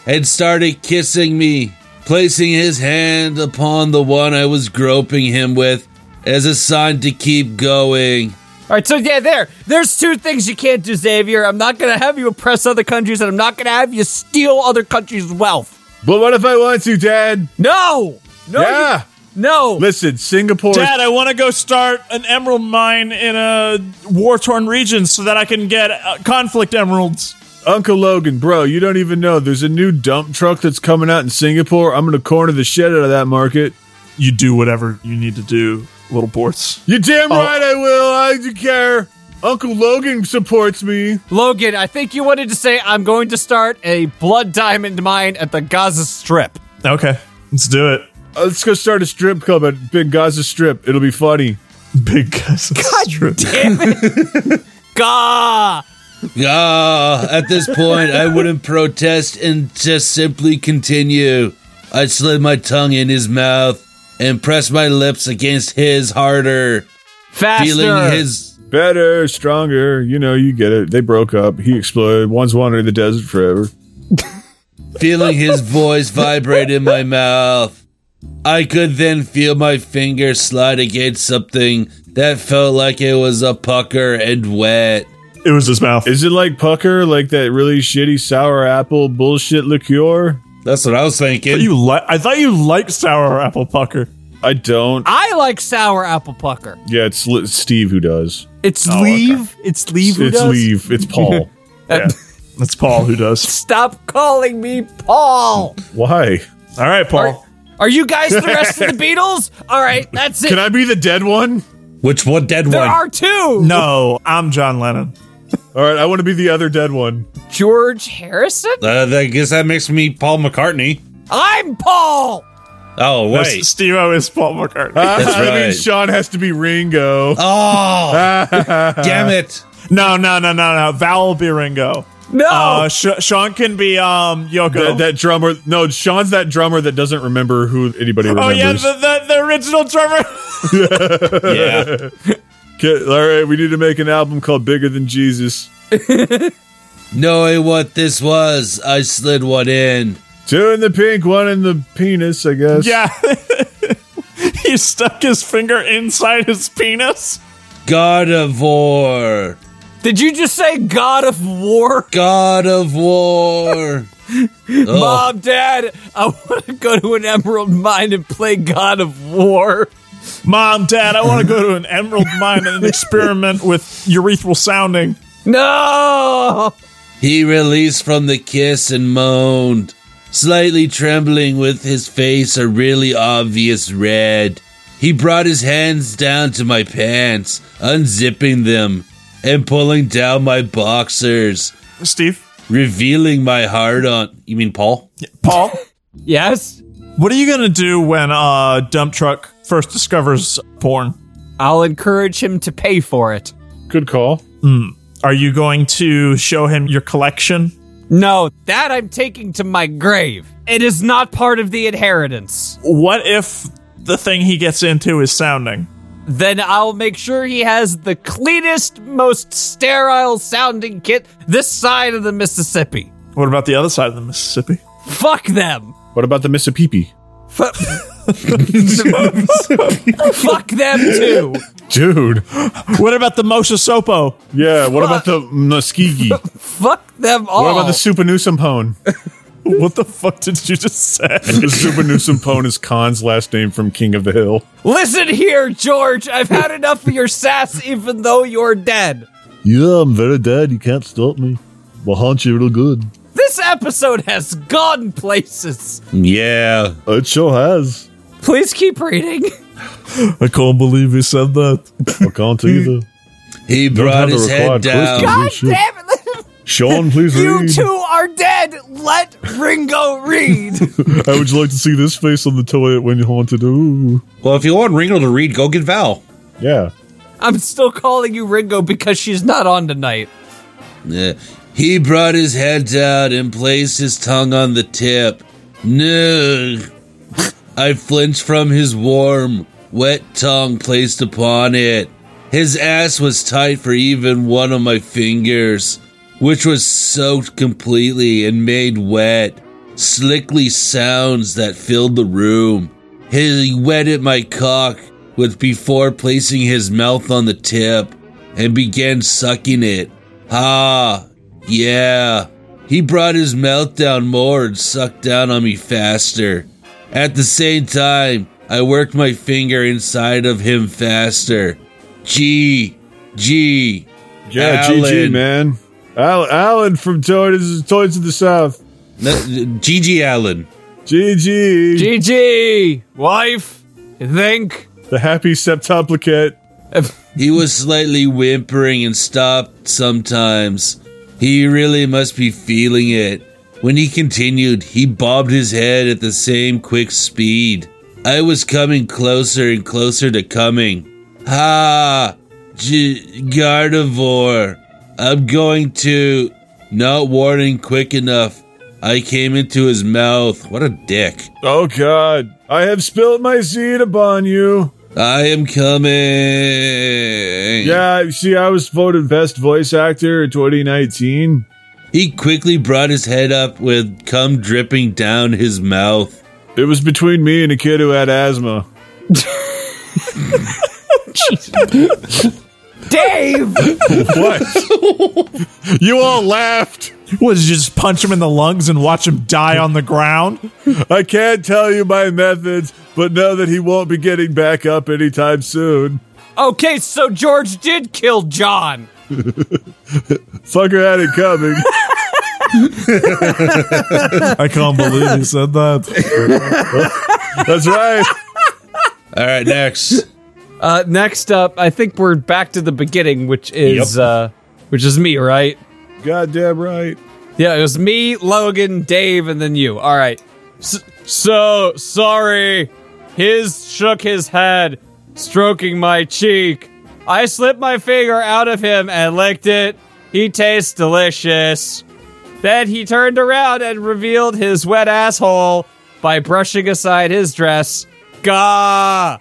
and started kissing me, placing his hand upon the one I was groping him with as a sign to keep going.
All right, so yeah, there. There's two things you can't do, Xavier. I'm not gonna have you oppress other countries, and I'm not gonna have you steal other countries' wealth.
But what if I want to, Dad?
No, no, you-
yeah.
no.
Listen, Singapore.
Dad, I want to go start an emerald mine in a war torn region so that I can get uh, conflict emeralds.
Uncle Logan, bro, you don't even know. There's a new dump truck that's coming out in Singapore. I'm going to corner the shit out of that market.
You do whatever you need to do, little borts.
You damn right I will. I do care. Uncle Logan supports me.
Logan, I think you wanted to say I'm going to start a blood diamond mine at the Gaza Strip.
Okay, let's do it.
Uh, Let's go start a strip club at Big Gaza Strip. It'll be funny.
Big guys. God
Gah!
Ah, at this point, I wouldn't protest and just simply continue. I slid my tongue in his mouth and pressed my lips against his harder,
Faster.
feeling his.
Better, stronger. You know, you get it. They broke up. He exploded. One's wandering the desert forever.
Feeling his voice vibrate in my mouth, I could then feel my finger slide against something that felt like it was a pucker and wet.
It was his mouth.
Is it like pucker, like that really shitty sour apple bullshit liqueur?
That's what I was thinking.
you like? I thought you liked sour apple pucker.
I don't.
I like sour apple pucker.
Yeah, it's li- Steve who does.
It's leave. It's leave. Who
Oh, it's
does?
Leave. It's Paul.
[LAUGHS] That's Paul who does.
Stop calling me Paul.
Why?
All right, Paul.
Are you guys the rest of
[LAUGHS]
the Beatles? All right, that's it.
Can I be the dead one?
Which one dead
there
one?
are two.
No, I'm John Lennon.
All right, I want to be the other dead one.
George Harrison?
Uh, I guess that makes me Paul McCartney.
I'm Paul.
[LAUGHS]
Oh wait,
Steve O is Paul McCartney.
That's
I mean,
right.
Sean has to be Ringo.
[LAUGHS]
oh damn it!
no, no, no, no, no. Val will be Ringo.
No.
Uh, Sh- Sean can be um Yoko.
That, that drummer. No, Sean's that drummer that doesn't remember who anybody remembers.
oh yeah, the, the the original drummer. [LAUGHS]
Yeah,
Okay, all right, we need to make an album called Bigger Than Jesus.
knowing what this was, I slid one in.
Two in the pink, one in the penis, I guess.
yeah. [LAUGHS] he stuck his finger inside his penis.
God of War,
Did you just say God of War?
God of War.
Mom, Dad, I want to go to an Emerald Mine and play God of War.
Mom, Dad, I want to go to an emerald mine and experiment with urethral sounding.
No!
He released from the kiss and moaned, slightly trembling with his face a really obvious red. He brought his hands down to my pants, unzipping them and pulling down my boxers,
Steve,
revealing my heart on. You mean Paul?
Paul,
Yes?
[LAUGHS] what are you gonna do when uh dump truck first discovers porn?
I'll encourage him to pay for it.
Good call.
Are you going to show him your collection?
No, that I'm taking to my grave. It is not part of the inheritance.
What if the thing he gets into is sounding?
Then I'll make sure he has the cleanest, most sterile sounding kit this side of the Mississippi.
What about the other side of the Mississippi? [LAUGHS]
Fuck them.
What about the Mississippi?
Fu- Fuck them
[LAUGHS]
too.
[GASPS]
Dude.
What about the Mosasopo?
Yeah, what about the
[LAUGHS]
Muskegee? what
Fuck them all.
about
Oh.
the Supanusampone?
What the fuck did you just say? [LAUGHS]
the Supanusampone is Khan's last name from King of the Hill.
Listen here, George. I've had enough of your sass, even though you're dead.
Yeah, I'm very dead. You can't stop me. We'll haunt you real good.
This episode has gone places.
Yeah.
It sure has.
Please keep reading.
I can't believe he said that.
I [LAUGHS] can't either.
He brought his head down.
Damn it.
Sean, please
You two are dead. Let Ringo read.
I would like to see this face on the toilet when you haunted. Ooh.
Well, if you want Ringo to read, go get Val.
Yeah.
[LAUGHS] I'm still calling you Ringo because she's not on tonight.
Uh, He brought his head down and placed his tongue on the tip. No. I flinched from his warm, wet tongue placed upon it. His ass was tight for even one of my fingers, which was soaked completely and made wet, slickly sounds that filled the room. He wetted my cock with before placing his mouth on the tip and began sucking it. Ah, yeah. He brought his mouth down more and sucked down on me faster. At the same time, I worked my finger inside of him faster. Gee, gee.
Yeah, GG,
Alan.
man. Al- Alan from Toys, Toys of the South.
No, Gigi Allen.
GG.
GG, wife, think.
the happy septuplicate.
He was slightly whimpering and stopped sometimes. He really must be feeling it. When he continued, he bobbed his head at the same quick speed. I was coming closer and closer to coming. Ha! G- Gardevoir! I'm going to. Not warning quick enough. I came into his mouth. What a dick.
Oh, God. I have spilt my seed upon you.
I am coming.
Yeah, see, I was voted best voice actor in 2019.
He quickly brought his head up with cum dripping down his mouth.
It was between me and a kid who had asthma.
Dave,
[LAUGHS] What? you all laughed.
What, did you just punch him in the lungs and watch him die on the ground?
I can't tell you my methods, but know that he won't be getting back up anytime soon.
[LAUGHS] Okay, so George did kill John.
Fucker had it coming.
I can't [LAUGHS] believe he said that.
[LAUGHS] That's right.
All
[LAUGHS]
right, next.
Uh, next up, I think we're back to the beginning, which is uh, which is me, right?
Goddamn right.
Yeah, it was me, Logan, Dave, and then you. All right. S- so sorry. His shook his head, stroking my cheek. I slipped my finger out of him and licked it. He tastes delicious. Then he turned around and revealed his wet asshole by brushing aside his dress. Gah!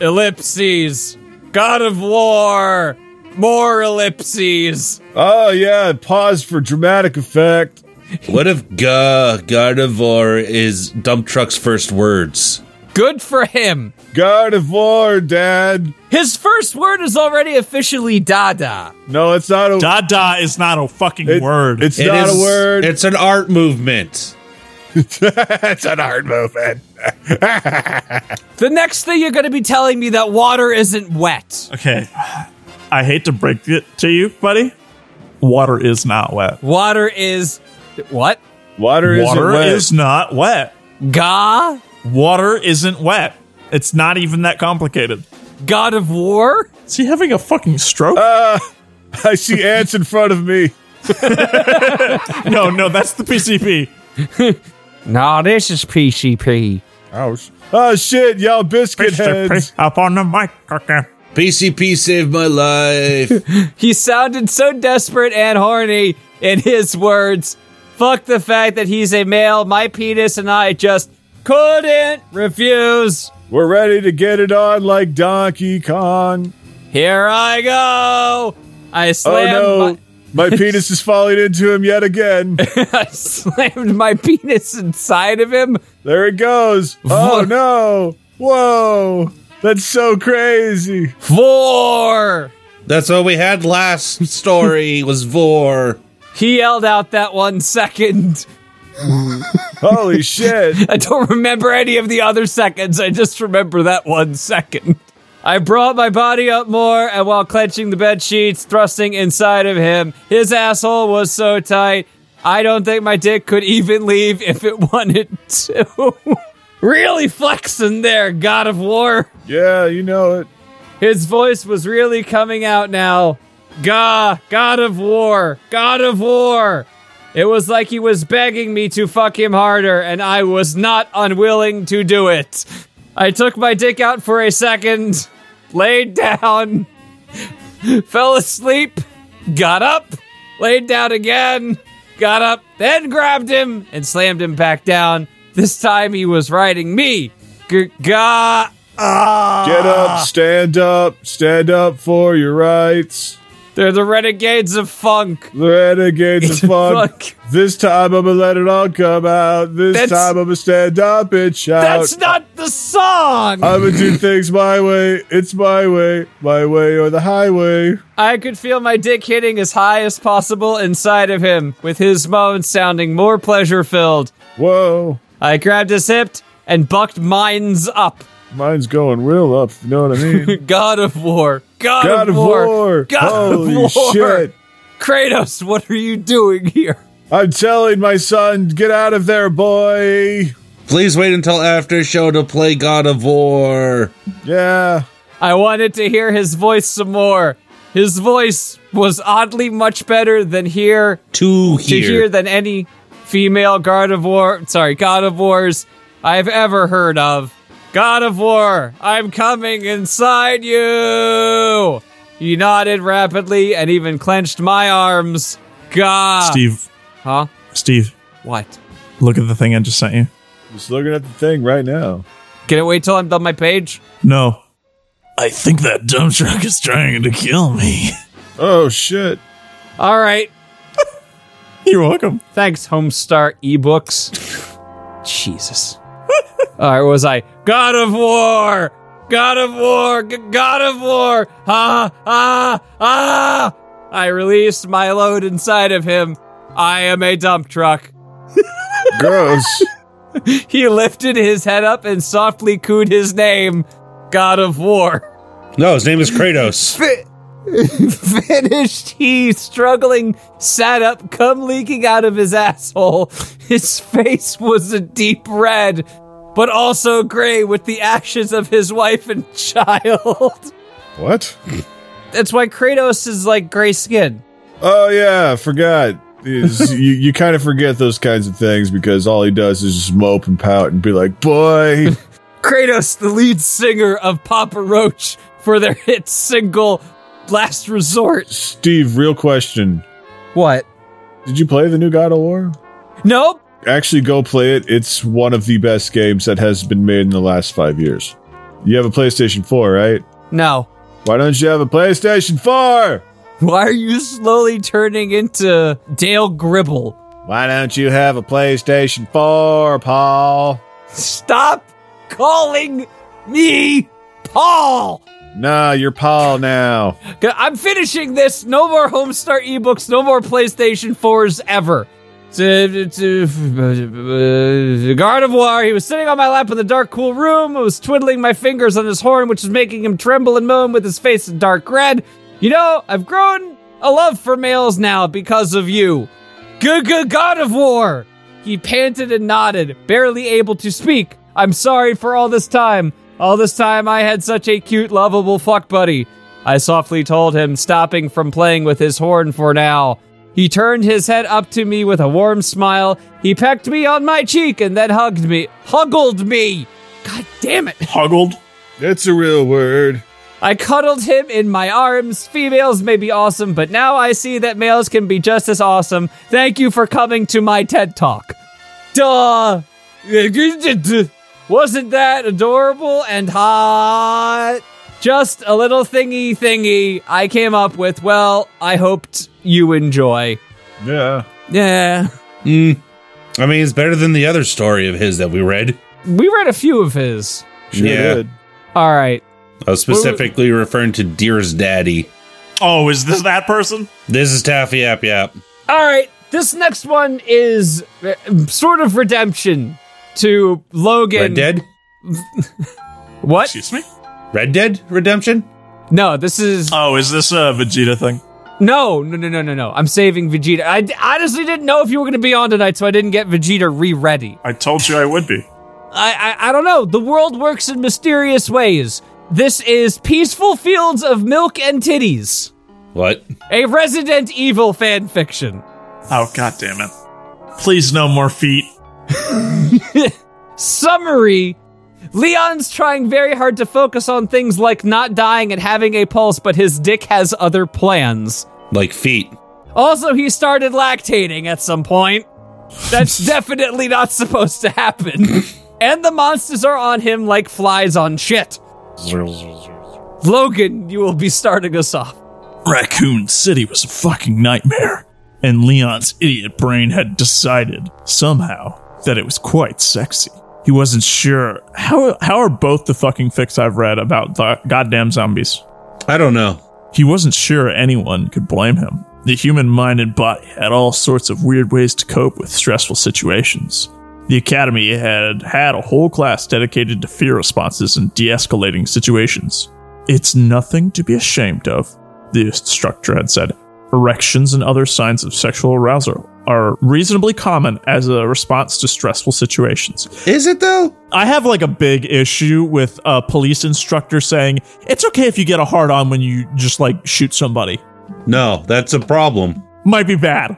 Ellipses. God of War. More ellipses.
Oh, yeah. Pause for dramatic effect.
What if Ga Gardevoir is dump truck's first words?
Good for him.
Gardevoir, Dad.
His first word is already officially dada.
No, it's not a
Dada is not a fucking
it-
word.
It's
It
not
is-
a word.
It's an art movement.
[LAUGHS] it's an art movement.
The next thing you're going to be telling me that water isn't wet.
okay. I hate to break it to you, buddy, Water is not wet.
Water is what?
Water,
Water
isn't wet.
is not wet.
Ga?
Water isn't wet. It's not even that complicated.
God of War?
Is he having a fucking stroke?
[LAUGHS] I see ants in front of me.
no, no, that's the PCP.
Nah, this is PCP.
Ouch. Oh shit, y'all biscuit heads.
Up on the mic. Okay.
PCP saved my life.
[LAUGHS]
He sounded so desperate and horny in his words. Fuck the fact that he's a male. My penis and I just couldn't refuse.
We're ready to get it on like Donkey Kong.
Here I go. I
Oh
slammed
no.
[LAUGHS]
My penis is falling into him yet again.
my, [LAUGHS] I slammed my penis inside of him.
There it goes. Oh
Vo-
no. Whoa. That's so crazy.
Four.
That's what we had last story was Vor.
He yelled out that one second. [LAUGHS]
Holy shit.
I don't remember any of the other seconds. I just remember that one second. I brought my body up more, and while clenching the bed sheets, thrusting inside of him, his asshole was so tight. I don't think my dick could even leave if it [LAUGHS] wanted to. really flexing there, God of War.
Yeah, you know it.
His voice was really coming out now. Gah, God of War, God of War. It was like he was begging me to fuck him harder, and I was not unwilling to do it. I took my dick out for a second, laid down, [LAUGHS] fell asleep, got up, laid down again, got up, then grabbed him and slammed him back down. This time he was riding me. G- Gah.
Get
Ah.
up, stand up, stand up for your rights.
They're the renegades of funk.
The renegades of
[LAUGHS]
fun.
Fuck.
This time I'ma let it all come out. This
That's-
time I'ma stand up and shout.
That's not the song.
I'ma do things my way. It's my way, my way or the highway.
I could feel my dick hitting as high as possible inside of him, with his moan sounding more pleasure filled.
Whoa,
I grabbed his hip and bucked mine's up. [LAUGHS]
mine's going real up. You know what I mean?
God of War. [LAUGHS] God,
God of War.
God
Holy
of War.
shit!
Kratos, what are you doing here?
I'm telling my son, get out of there, boy.
Please wait until after show to play God of War.
Yeah.
I wanted to hear his voice some more. His voice was oddly much better than here
To
to
here.
hear than any female God of War, sorry, God of Wars I've ever heard of. God of War, I'm coming inside you. He nodded rapidly and even clenched my arms. God,
Steve,
huh?
Steve,
What?
look at the thing I just sent you.
Just looking at the thing right now.
Can it wait till I'm done my page?
No. I think that dump truck is trying to kill me.
Oh shit.
All right,
[LAUGHS] You're welcome.
thanks, Homestar eBooks. Jesus. All right, what was I? God of War, God of War, G- God of War. Ah, ah, ah! I released my load inside of him. I am a dump truck.
Gross.
He lifted his head up and softly cooed his name, God of War.
No, his name is Kratos.
[LAUGHS] Finished, he struggling sat up, cum leaking out of his asshole. His face was a deep red, but also gray with the ashes of his wife and [LAUGHS] child.
what?
That's why Kratos is like gray skin.
Oh yeah, I forgot. Is- you you kind of forget those kinds of things because all he does is just mope and pout and be like, "Boy,
Kratos, the lead singer of Papa Roach for their hit single Last Resort.
Steve." Real question:
What?
Did you play the new God of War?
Nope.
Actually, go play it. It's one of the best games that has been made in the last five years. You have a PlayStation Four, right?
No.
Why don't you have a PlayStation Four?
Why are you slowly turning into Dale Gribble?
Why don't you have a PlayStation Four, Paul?
Stop calling me Paul.
Nah, you're Paul now.
I'm finishing this. No more Homestar ebooks. No more PlayStation 4s ever. To- to- uh, Guard of War. He was sitting on my lap in the dark, cool room. I was twiddling my fingers on his horn, which was making him tremble and moan with his face in dark red. You know, I've grown a love for males now because of you. Good, good God of War! He panted and nodded, barely able to speak. I'm sorry for all this time. All this time I had such a cute, lovable fuck buddy. I softly told him, stopping from playing with his horn for now. He turned his head up to me with a warm smile. He pecked me on my cheek and then hugged me. Huggled me! God damn it!
Huggled.
That's a real word.
I cuddled him in my arms. Females may be awesome, but now I see that males can be just as awesome. Thank you for coming to my TED Talk. Duh! Wasn't that adorable and hot? Just a little thingy thingy I came up with. Well, I hoped you enjoy.
Yeah.
Yeah.
I mean, it's better than the other story of his that we read.
We read a few of his.
Sure
Yeah.
did.
All right.
I was specifically referring to Deer's daddy.
Oh, is this that person?
This is Taffy Yap Yap.
All right, this next one is uh, sort of redemption to Logan.
Red Dead?
What?
Excuse me.
Red Dead Redemption?
No, this is
Oh, is this a Vegeta thing?
no, no, no, no, no, no. I'm saving Vegeta. I d- honestly didn't know if you were going to be on tonight, so I didn't get Vegeta re-ready.
I told you I would be.
I, I, I don't know. The world works in mysterious ways. This is peaceful fields of milk and titties.
What?
A Resident Evil fan fiction.
Oh, god damn it. Please no more feet.
Summary Leon's trying very hard to focus on things like not dying and having a pulse, but his dick has other plans.
Like feet.
Also, he started lactating at some point. [LAUGHS] That's definitely not supposed to happen. [LAUGHS] and the monsters are on him like flies on shit. Logan, you will be starting us off.
Raccoon City was a fucking nightmare, and Leon's idiot brain had decided, somehow, that it was quite sexy. He wasn't sure. How, how are both the fucking fics I've read about the goddamn zombies?
I don't know.
He wasn't sure anyone could blame him. The human mind and body had all sorts of weird ways to cope with stressful situations. The Academy had had a whole class dedicated to fear responses and de escalating situations. It's nothing to be ashamed of, the instructor had said. Erections and other signs of sexual arousal are reasonably common as a response to stressful situations.
Is it though?
I have like a big issue with a police instructor saying it's okay if you get a hard on when you just like shoot somebody.
No, that's a problem.
Might be bad.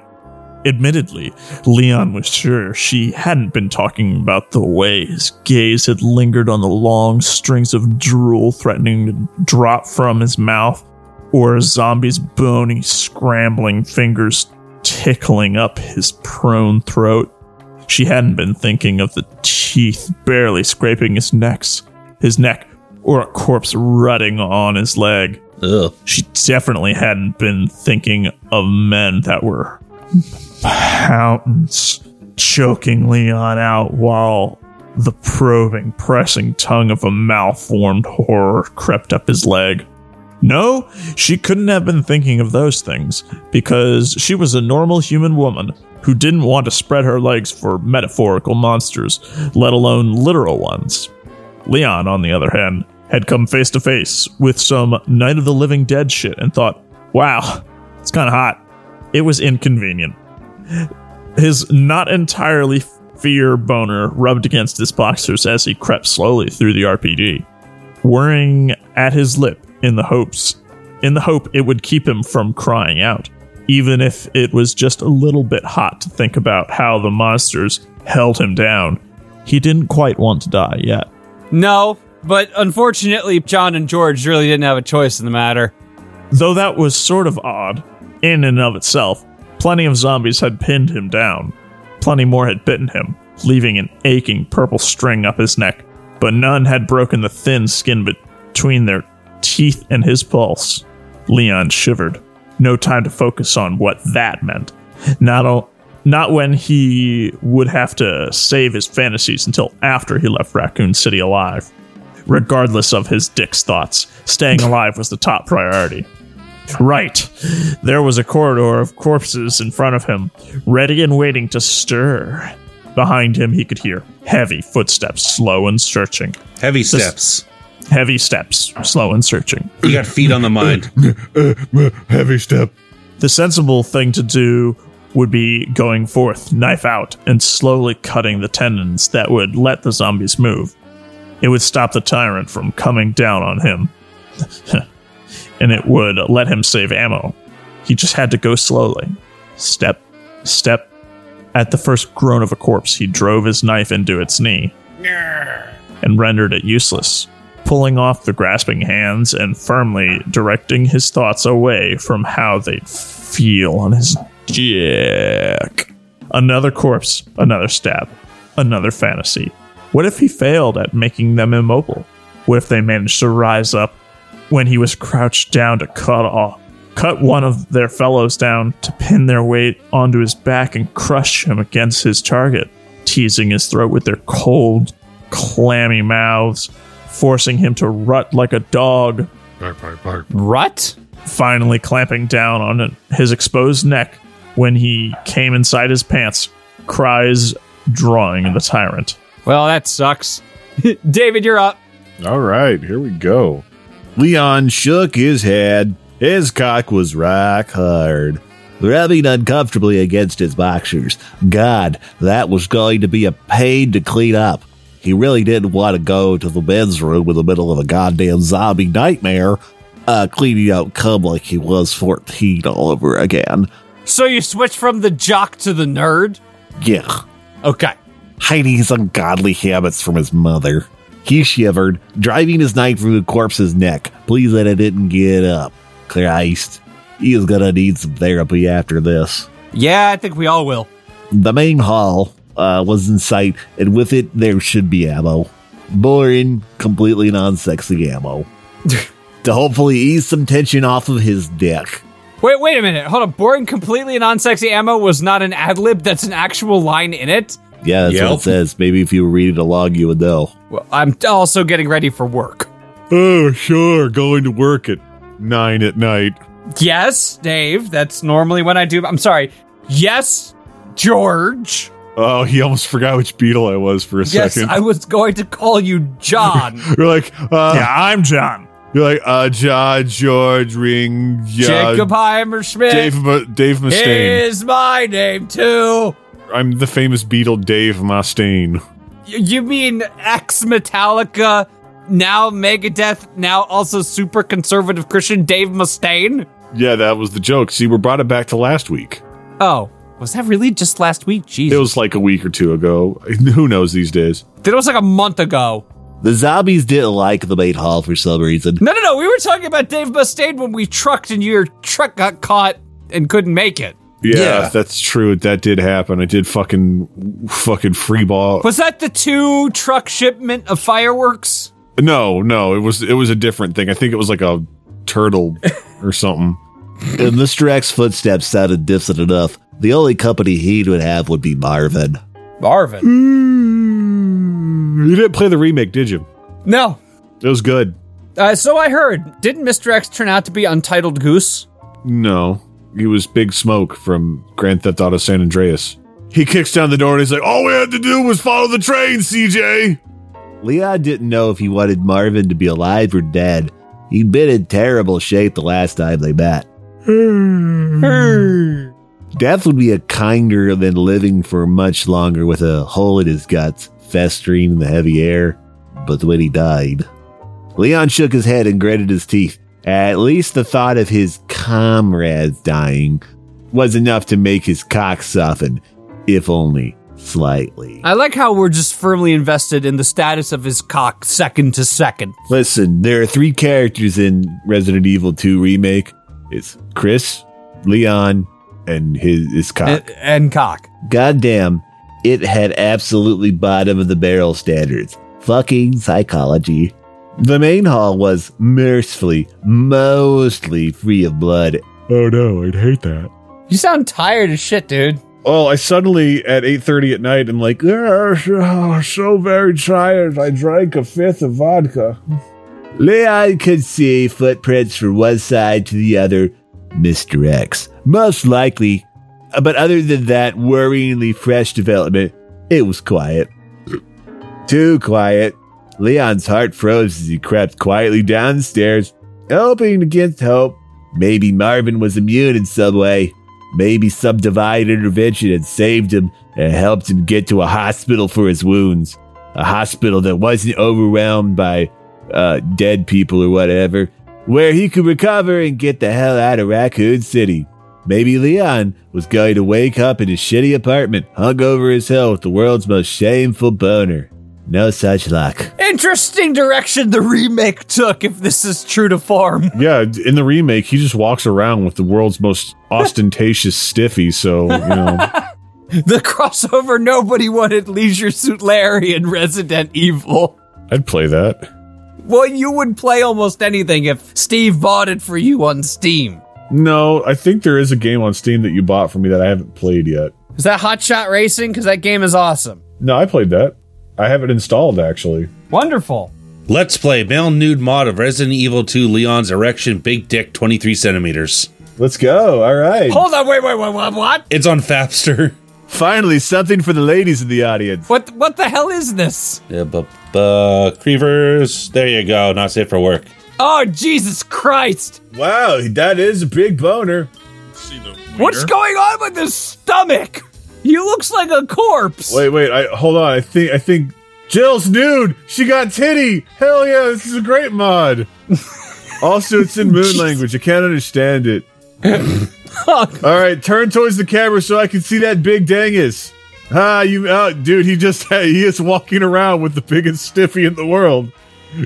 Admittedly, Leon was sure she hadn't been talking about the way his gaze had lingered on the long strings of drool threatening to drop from his mouth, or a zombie's bony, scrambling fingers tickling up his prone throat. She hadn't been thinking of the teeth barely scraping his necks, his neck, or a corpse rutting on his leg
Ugh.
she definitely hadn't been thinking of men that were mountains choking Leon out while the probing, pressing tongue of a malformed horror crept up his leg. No, she couldn't have been thinking of those things because she was a normal human woman who didn't want to spread her legs for metaphorical monsters, let alone literal ones. Leon, on the other hand, had come face to face with some Night of the Living Dead shit and thought, wow, it's kind of hot. It was inconvenient. His not entirely fear boner rubbed against his boxers as he crept slowly through the RPG, whirring at his lip in the hopes in the hope it would keep him from crying out, even if it was just a little bit hot to think about how the monsters held him down. He didn't quite want to die yet.
No, but unfortunately, John and George really didn't have a choice in the matter.
Though that was sort of odd, in and of itself, plenty of zombies had pinned him down. Plenty more had bitten him, leaving an aching purple string up his neck, but none had broken the thin skin between their teeth and his pulse. Leon shivered. No time to focus on what that meant. Not o- not when he would have to save his fantasies until after he left Raccoon City alive. Regardless of his dick's thoughts, staying alive was the top priority. Right. There was a corridor of corpses in front of him, ready and waiting to stir. Behind him, he could hear heavy footsteps, slow and searching.
Heavy steps.
Heavy steps, slow and searching.
[COUGHS] You got feet on the mind.
Uh, uh, heavy step.
The sensible thing to do would be going forth, knife out, and slowly cutting the tendons that would let the zombies move. It would stop the tyrant from coming down on him, [LAUGHS] and it would let him save ammo. He just had to go slowly. Step, step. At the first groan of a corpse, he drove his knife into its knee and rendered it useless, pulling off the grasping hands and firmly directing his thoughts away from how they feel on his dick. Another corpse, another stab, another fantasy. What if he failed at making them immobile? What if they managed to rise up when he was crouched down to cut off? Cut one of their fellows down to pin their weight onto his back and crush him against his target, teasing his throat with their cold, clammy mouths, forcing him to rut like a dog,
Rut?
finally clamping down on his exposed neck when he came inside his pants, cries drawing the tyrant.
Well, that sucks. [LAUGHS] David, you're up.
All right, here we go. Leon shook his head. His cock was rock hard, rubbing uncomfortably against his boxers. God, that was going to be a pain to clean up. He really didn't want to go to the men's room in the middle of a goddamn zombie nightmare, uh, cleaning out cum like he was 14 all over again.
So you switch from the jock to the nerd?
Yeah.
Okay.
hiding his ungodly habits from his mother. He shivered, driving his knife through the corpse's neck. Please that it didn't get up. Christ, he is gonna need some therapy after this.
Yeah, I think we all will.
The main hall uh, was in sight, and with it, there should be ammo. Boring, completely non sexy ammo. to hopefully ease some tension off of his dick.
Wait, wait a minute. Hold on. Boring completely non-sexy ammo was not an ad lib. That's an actual line in it.
Yeah, that's what
Yep.
it says. Maybe if you read it along, you would know.
Well, I'm also getting ready for work.
Oh, sure, going to work at nine at night.
Yes, Dave. That's normally when I do. I'm sorry. Yes, George.
Oh, he almost forgot which beetle I was for a
Yes,
second.
I was going to call you John.
[LAUGHS] you're like, uh,
yeah, I'm John.
you're like, uh, Ja, George Ring, ja,
Jacob Heimer Schmidt
Dave, Mu- Dave Mustaine.
is my name too.
I'm the famous beetle Dave Mustaine.
Y- You mean ex Metallica, now Megadeth, now also super conservative Christian Dave Mustaine?
Yeah, that was the joke. See, we brought it back to last week.
Oh, was that really just last week?
It
Jesus,
was like a week or two ago. [LAUGHS] Who knows these days?
that was like a month ago.
The zombies didn't like the main hall for some reason.
No, no, no. We were talking about Dave Mustaine when we trucked and your truck got caught and couldn't make it.
Yeah,
Yeah.
that's true. That did happen. I did fucking, fucking free ball.
Was that the two truck shipment of fireworks?
No, no, it was it was a different thing. I think it was like a
[LAUGHS]
turtle or something. And Mr. X's footsteps sounded distant enough. The only company he would have would be Marvin.
Marvin.
You didn't play the remake, did you?
No.
It was good.
Uh, so I heard. Didn't Mr. X turn out to be Untitled Goose?
No, he was Big Smoke from Grand Theft Auto San Andreas. He kicks down the door and he's like, "All we had to do was follow the train, CJ." Leon didn't know if he wanted Marvin to be alive or dead. He'd been in terrible shape the last time they met. Death would be a kinder than living for much longer with a hole in his guts, festering in the heavy air. But when he died, Leon shook his head and gritted his teeth. At least the thought of his comrades dying was enough to make his cock soften, if only slightly.
I like how we're just firmly invested in the status of his cock second to second.
Listen, there are three characters in Resident Evil 2 Remake it's Chris, Leon, and his, his cock.
And, and cock.
Goddamn, it had absolutely bottom of the barrel standards. Fucking psychology. The main hall was mercifully, mostly free of blood. Oh no, I'd hate that.
You sound tired as shit, dude.
Oh, I suddenly at eight thirty at night, I'm like, "Ah, so, so very tired. I drank a fifth of vodka. Leon could see footprints from one side to the other. Mr. X, most likely. Uh, But other than that worryingly fresh development, it was quiet. Too quiet. Leon's heart froze as he crept quietly down the stairs, hoping against hope Maybe Marvin was immune in some way. Maybe some divine intervention had saved him and helped him get to a hospital for his wounds. A hospital that wasn't overwhelmed by uh, dead people or whatever, where he could recover and get the hell out of Raccoon City. Maybe Leon was going to wake up in his shitty apartment, hung over his hell with the world's most shameful boner. No such luck.
Interesting direction the remake took, if this is true to form.
Yeah, d- in the remake, he just walks around with the world's
[LAUGHS]
most ostentatious stiffy. So you know,
The crossover nobody wanted Leisure Suit Larry and Resident Evil.
I'd play that.
Well, you would play almost anything if Steve bought it for you on Steam.
No, I think there is a game on Steam that you bought for me that I haven't played yet.
Is that Hot Shot Racing? Because that game is awesome.
No, I played that. I have it installed actually.
Wonderful.
Let's play male nude mod of Resident Evil 2 Leon's erection big dick 23 centimeters.
Let's go. All right.
Hold on, wait, wait, wait, what? What?
It's on Fapster.
Finally, something for the ladies in the audience.
What, what the hell is this?
[LAUGHS] Yeah, bu- bu- Creevers. There you go. Not safe for work.
Oh, Jesus Christ!
Wow, that is a big boner.
What's going on with his stomach? He looks like a corpse.
Wait, wait. I hold on. I think I think
Jill's nude. She got titty. Hell yeah, this is a great mod. also, it's in moon language. I can't understand it. All right, turn towards the camera so I can see that big dangus. Ah, you, oh, dude, he just [LAUGHS] he is walking around with the biggest stiffy in the world.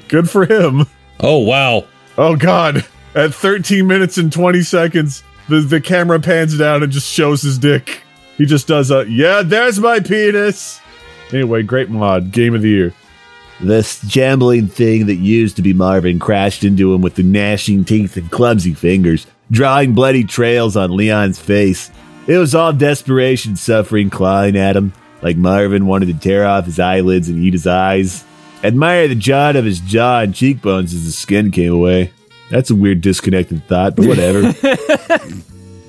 Good for him.
Oh, wow.
Oh god. At 13 minutes and 20 seconds, the, the camera pans down and just shows his dick. He just does a yeah, there's my penis. Anyway, great mod, game of the year. This jambling thing that used to be Marvin crashed into him with the gnashing teeth and clumsy fingers, drawing bloody trails on Leon's face. It was all desperation, suffering clawing at him, like Marvin wanted to tear off his eyelids and eat his eyes. Admire the jot of his jaw and cheekbones as the skin came away. That's a weird disconnected thought, but whatever.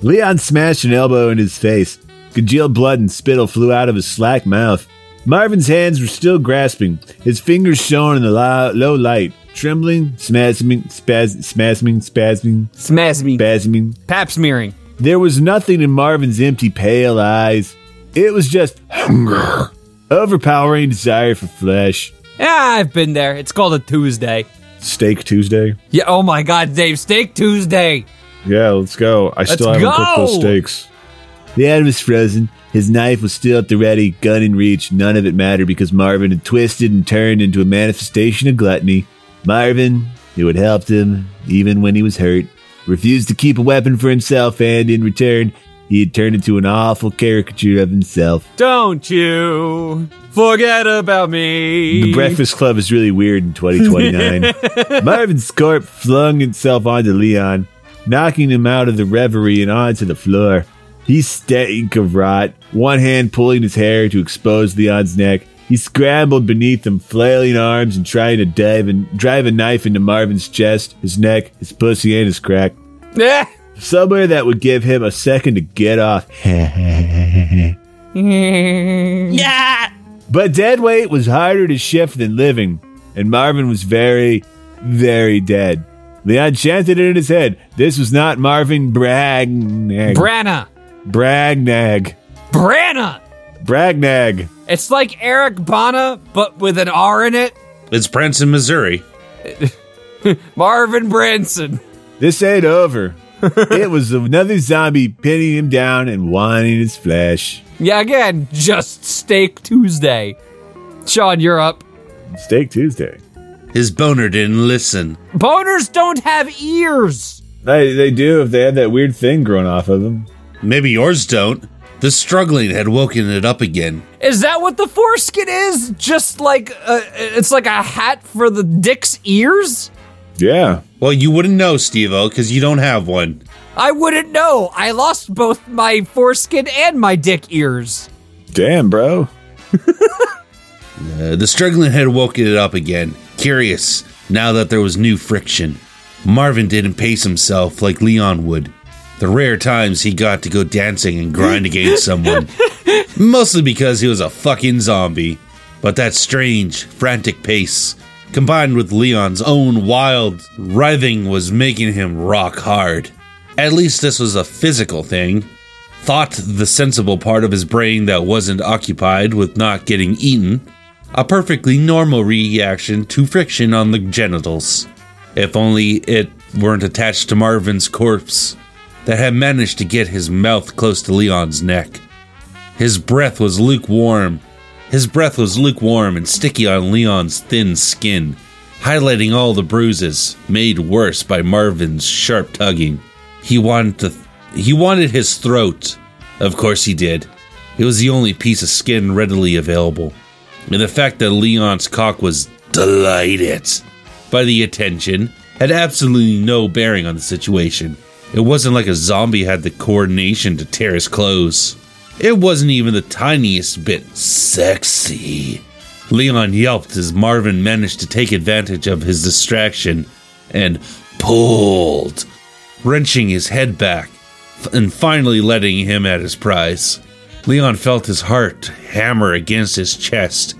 Leon smashed an elbow in his face. Congealed blood and spittle flew out of his slack mouth. Marvin's hands were still grasping, his fingers shone in the lo- low light, trembling, spasming, spasming, spasming, spasming,
Smash me.
spasming.
Pap smearing.
There was nothing in Marvin's empty, pale eyes. It was just hunger, overpowering desire for flesh.
Ah, I've been there. It's called a Tuesday.
Steak Tuesday.
Yeah, oh my god, Dave, Steak Tuesday.
Yeah, let's go. I still haven't cooked those
go!
steaks.
The ad was frozen. His knife was still at the ready, gun in reach. None of it mattered because Marvin had twisted and turned into a manifestation of gluttony. Marvin, who had helped him even when he was hurt, refused to keep a weapon for himself, and in return, he had turned into an awful caricature of himself.
Don't you forget about me.
The Breakfast Club is really weird in 2029. Marvin Scorp flung himself onto Leon, knocking him out of the reverie and onto the floor. He stank of rot, one hand pulling his hair to expose Leon's neck. He scrambled beneath him, flailing arms and trying to dive and drive a knife into Marvin's chest, his neck, his pussy, and his crack.
Eh.
Somewhere that would give him a second to get off. [LAUGHS]
Yeah.
But dead weight was harder to shift than living, and Marvin was very, very dead. Leon chanted it in his head. This was not Marvin Bragnag.
Branna.
Bragnag.
Branna.
Bragnag.
It's like Eric Bana, but with an R in it.
It's Branson, Missouri.
Marvin Branson.
This ain't over. it was another zombie pinning him down and wanting his flesh.
Yeah, again, just Steak Tuesday. Sean, you're up.
Steak Tuesday.
His boner didn't listen.
Boners don't have ears.
They, they do if they had that weird thing growing off of them.
Maybe yours don't. The struggling had woken it up again.
Is that what the foreskin is? Just like uh, it's like a hat for the dick's ears?
Yeah.
Well, you wouldn't know, Steve O, because you don't have one.
I wouldn't know. I lost both my foreskin and my dick ears.
Damn, bro.
Uh, the struggling had woken it up again, curious now that there was new friction. Marvin didn't pace himself like Leon would. The rare times he got to go dancing and grind against someone, mostly because he was a fucking zombie. But that strange, frantic pace, combined with Leon's own wild writhing, was making him rock hard. At least this was a physical thing. Thought the sensible part of his brain that wasn't occupied with not getting eaten. A perfectly normal reaction to friction on the genitals. If only it weren't attached to Marvin's corpse that had managed to get his mouth close to Leon's neck. His breath was lukewarm. His breath was lukewarm and sticky on Leon's thin skin, highlighting all the bruises made worse by Marvin's sharp tugging. He wanted to he wanted his throat. Of course he did. It was the only piece of skin readily available. And the fact that Leon's cock was delighted by the attention had absolutely no bearing on the situation. It wasn't like a zombie had the coordination to tear his clothes. It wasn't even the tiniest bit sexy. Leon yelped as Marvin managed to take advantage of his distraction and pulled, wrenching his head back f- and finally letting him at his prize. Leon felt his heart hammer against his chest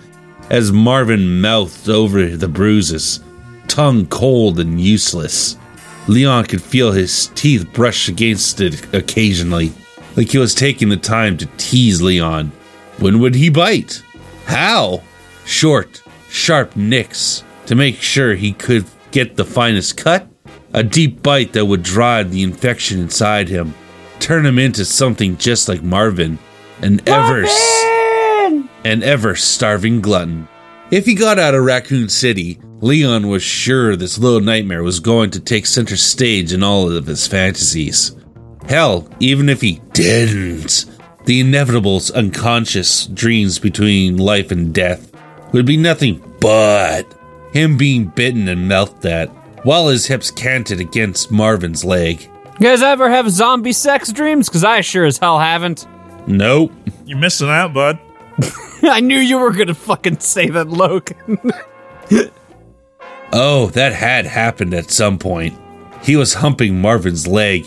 as Marvin mouthed over the bruises, tongue cold and useless. Leon could feel his teeth brush against it occasionally, like he was taking the time to tease Leon. When would he bite? How? Short, sharp nicks to make sure he could get the finest cut? A deep bite that would drive the infection inside him, turn him into something just like Marvin, an ever an ever starving glutton. If he got out of Raccoon City, Leon was sure this little nightmare was going to take center stage in all of his fantasies. Hell, even if he didn't, the inevitable unconscious dreams between life and death would be nothing but him being bitten and mouthed at, while his hips canted against Marvin's leg.
You guys ever have zombie sex dreams? Because I sure as hell haven't. [LAUGHS]
Nope.
You're missing out, bud.
I knew you were gonna fucking say that, Logan.
Oh, that had happened at some point. He was humping Marvin's leg,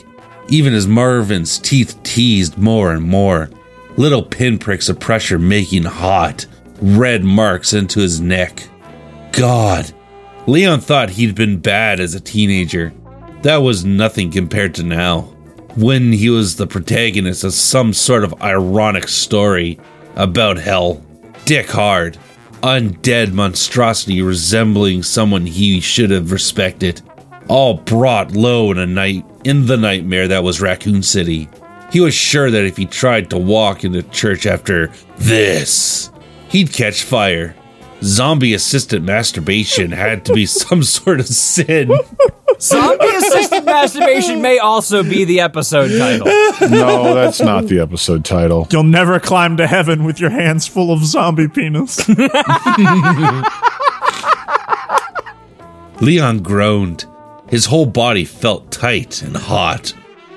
even as Marvin's teeth teased more and more, little pinpricks of pressure making hot, red marks into his neck. God. Leon thought he'd been bad as a teenager. That was nothing compared to now, when he was the protagonist of some sort of ironic story about hell. Dick hard, undead monstrosity resembling someone he should have respected, all brought low in a night in the nightmare that was Raccoon City. He was sure that if he tried to walk into church after this, he'd catch fire. Zombie assisted masturbation had to be some sort of sin.
[LAUGHS] zombie assisted masturbation may also be the episode title.
No, that's not the episode title.
You'll never climb to heaven with your hands full of zombie penis. [LAUGHS]
Leon groaned. His whole body felt tight and hot,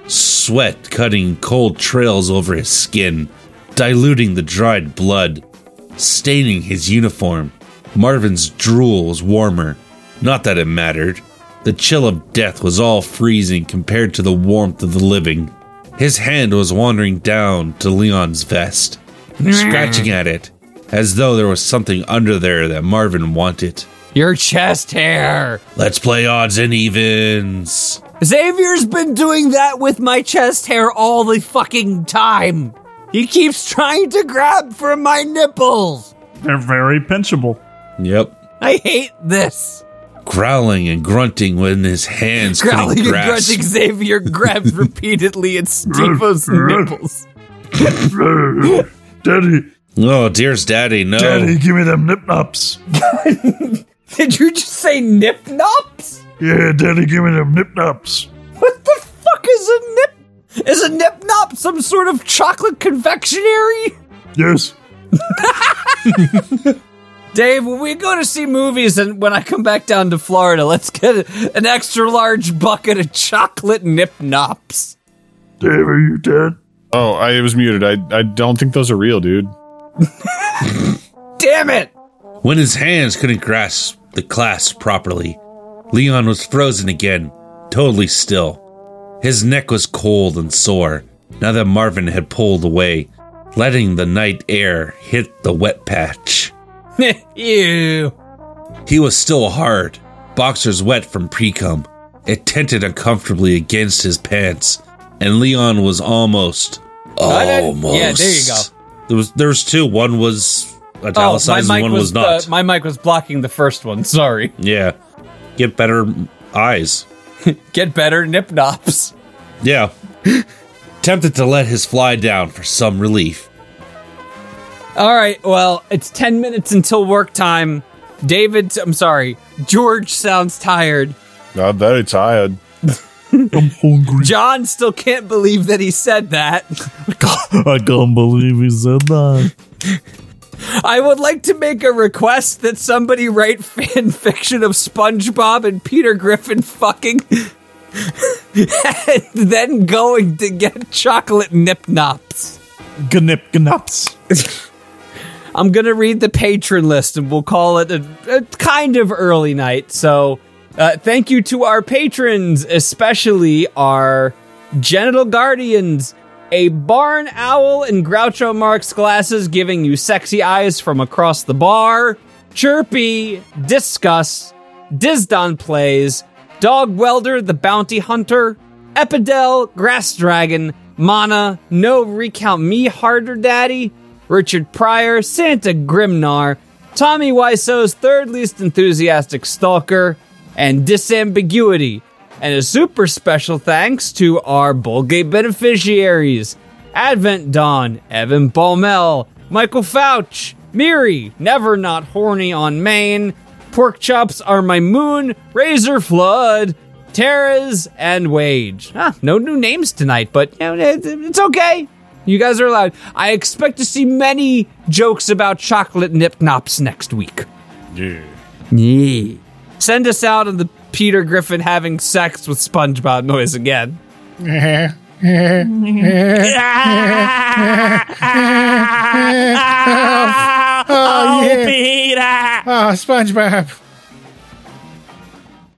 sweat cutting cold trails over his skin, diluting the dried blood, staining his uniform. Marvin's drool was warmer. Not that it mattered. The chill of death was all freezing compared to the warmth of the living. His hand was wandering down to Leon's vest, scratching at it, as though there was something under there that Marvin wanted.
Your chest hair.
Let's play odds and evens.
Xavier's been doing that with my chest hair all the fucking time. He keeps trying to grab for my nipples.
They're very pinchable.
Yep.
I hate this.
Growling and grunting when his hands
Growling and
couldn't grasp.
grunting, Xavier grabs repeatedly at Stevo's nipples.
[LAUGHS] Daddy,
Oh, dear's daddy, no.
daddy, give me them nip nops.
Did you just say nip nops?
Yeah, daddy, give me them nip nops.
What the fuck is a nip? Is a nip nop some sort of chocolate confectionery?
Yes.
Dave, when we go to see movies and when I come back down to Florida, let's get an extra large bucket of chocolate nip nops.
Dave, are you dead?
Oh, I was muted. I I don't think those are real, dude.
Damn it! [LAUGHS]
When his hands couldn't grasp the clasp properly, Leon was frozen again, totally still. His neck was cold and sore now that Marvin had pulled away, letting the night air hit the wet patch.
Ew.
He was still hard, boxers wet from pre cum. It tented uncomfortably against his pants, and Leon was almost,
didn't-
almost.
yeah, there you go.
There was there was two. One was
Oh,
italicized, and one was, not.
uh, my mic was blocking the first one. Sorry. [LAUGHS]
yeah, get better eyes.
Get better, nip nops. [LAUGHS]
Yeah. Tempted to let his fly down for some relief.
All right. Well, it's ten minutes until work time. David, I'm sorry. George sounds tired.
I'm very tired.
John still can't believe that he said that.
I can't believe he said that.
I would like to make a request that somebody write fan [LAUGHS] fiction of SpongeBob and Peter Griffin fucking [LAUGHS] and then going to get chocolate nip nops.
Gnip gnaps.
I'm going to read the patron list and we'll call it a, a kind of early night. So, uh, thank you to our patrons, especially our genital guardians. A barn owl in Groucho Marx glasses giving you sexy eyes from across the bar. Chirpy, Discuss, Dizdon Plays, Dog Welder the Bounty Hunter, Epidel, Grass Dragon, Mana, No Recount Me Harder Daddy, Richard Pryor, Santa Grimnar, Tommy Wiseau's third least enthusiastic stalker, and Disambiguity. And a super special thanks to our Bullgate beneficiaries Advent Dawn, Evan Baumel, Michael Fouch, Miri, Never Not Horny on Maine, Pork Chops Are My Moon, Razor Flood, Terras, and Wage. Ah, no new names tonight, but you know, it- it's okay. You guys are allowed. I expect to see many jokes about chocolate nip nops next week. Yeah. Send us out on the Peter Griffin having sex with SpongeBob noise again.
Oh, Peter!
Oh, SpongeBob.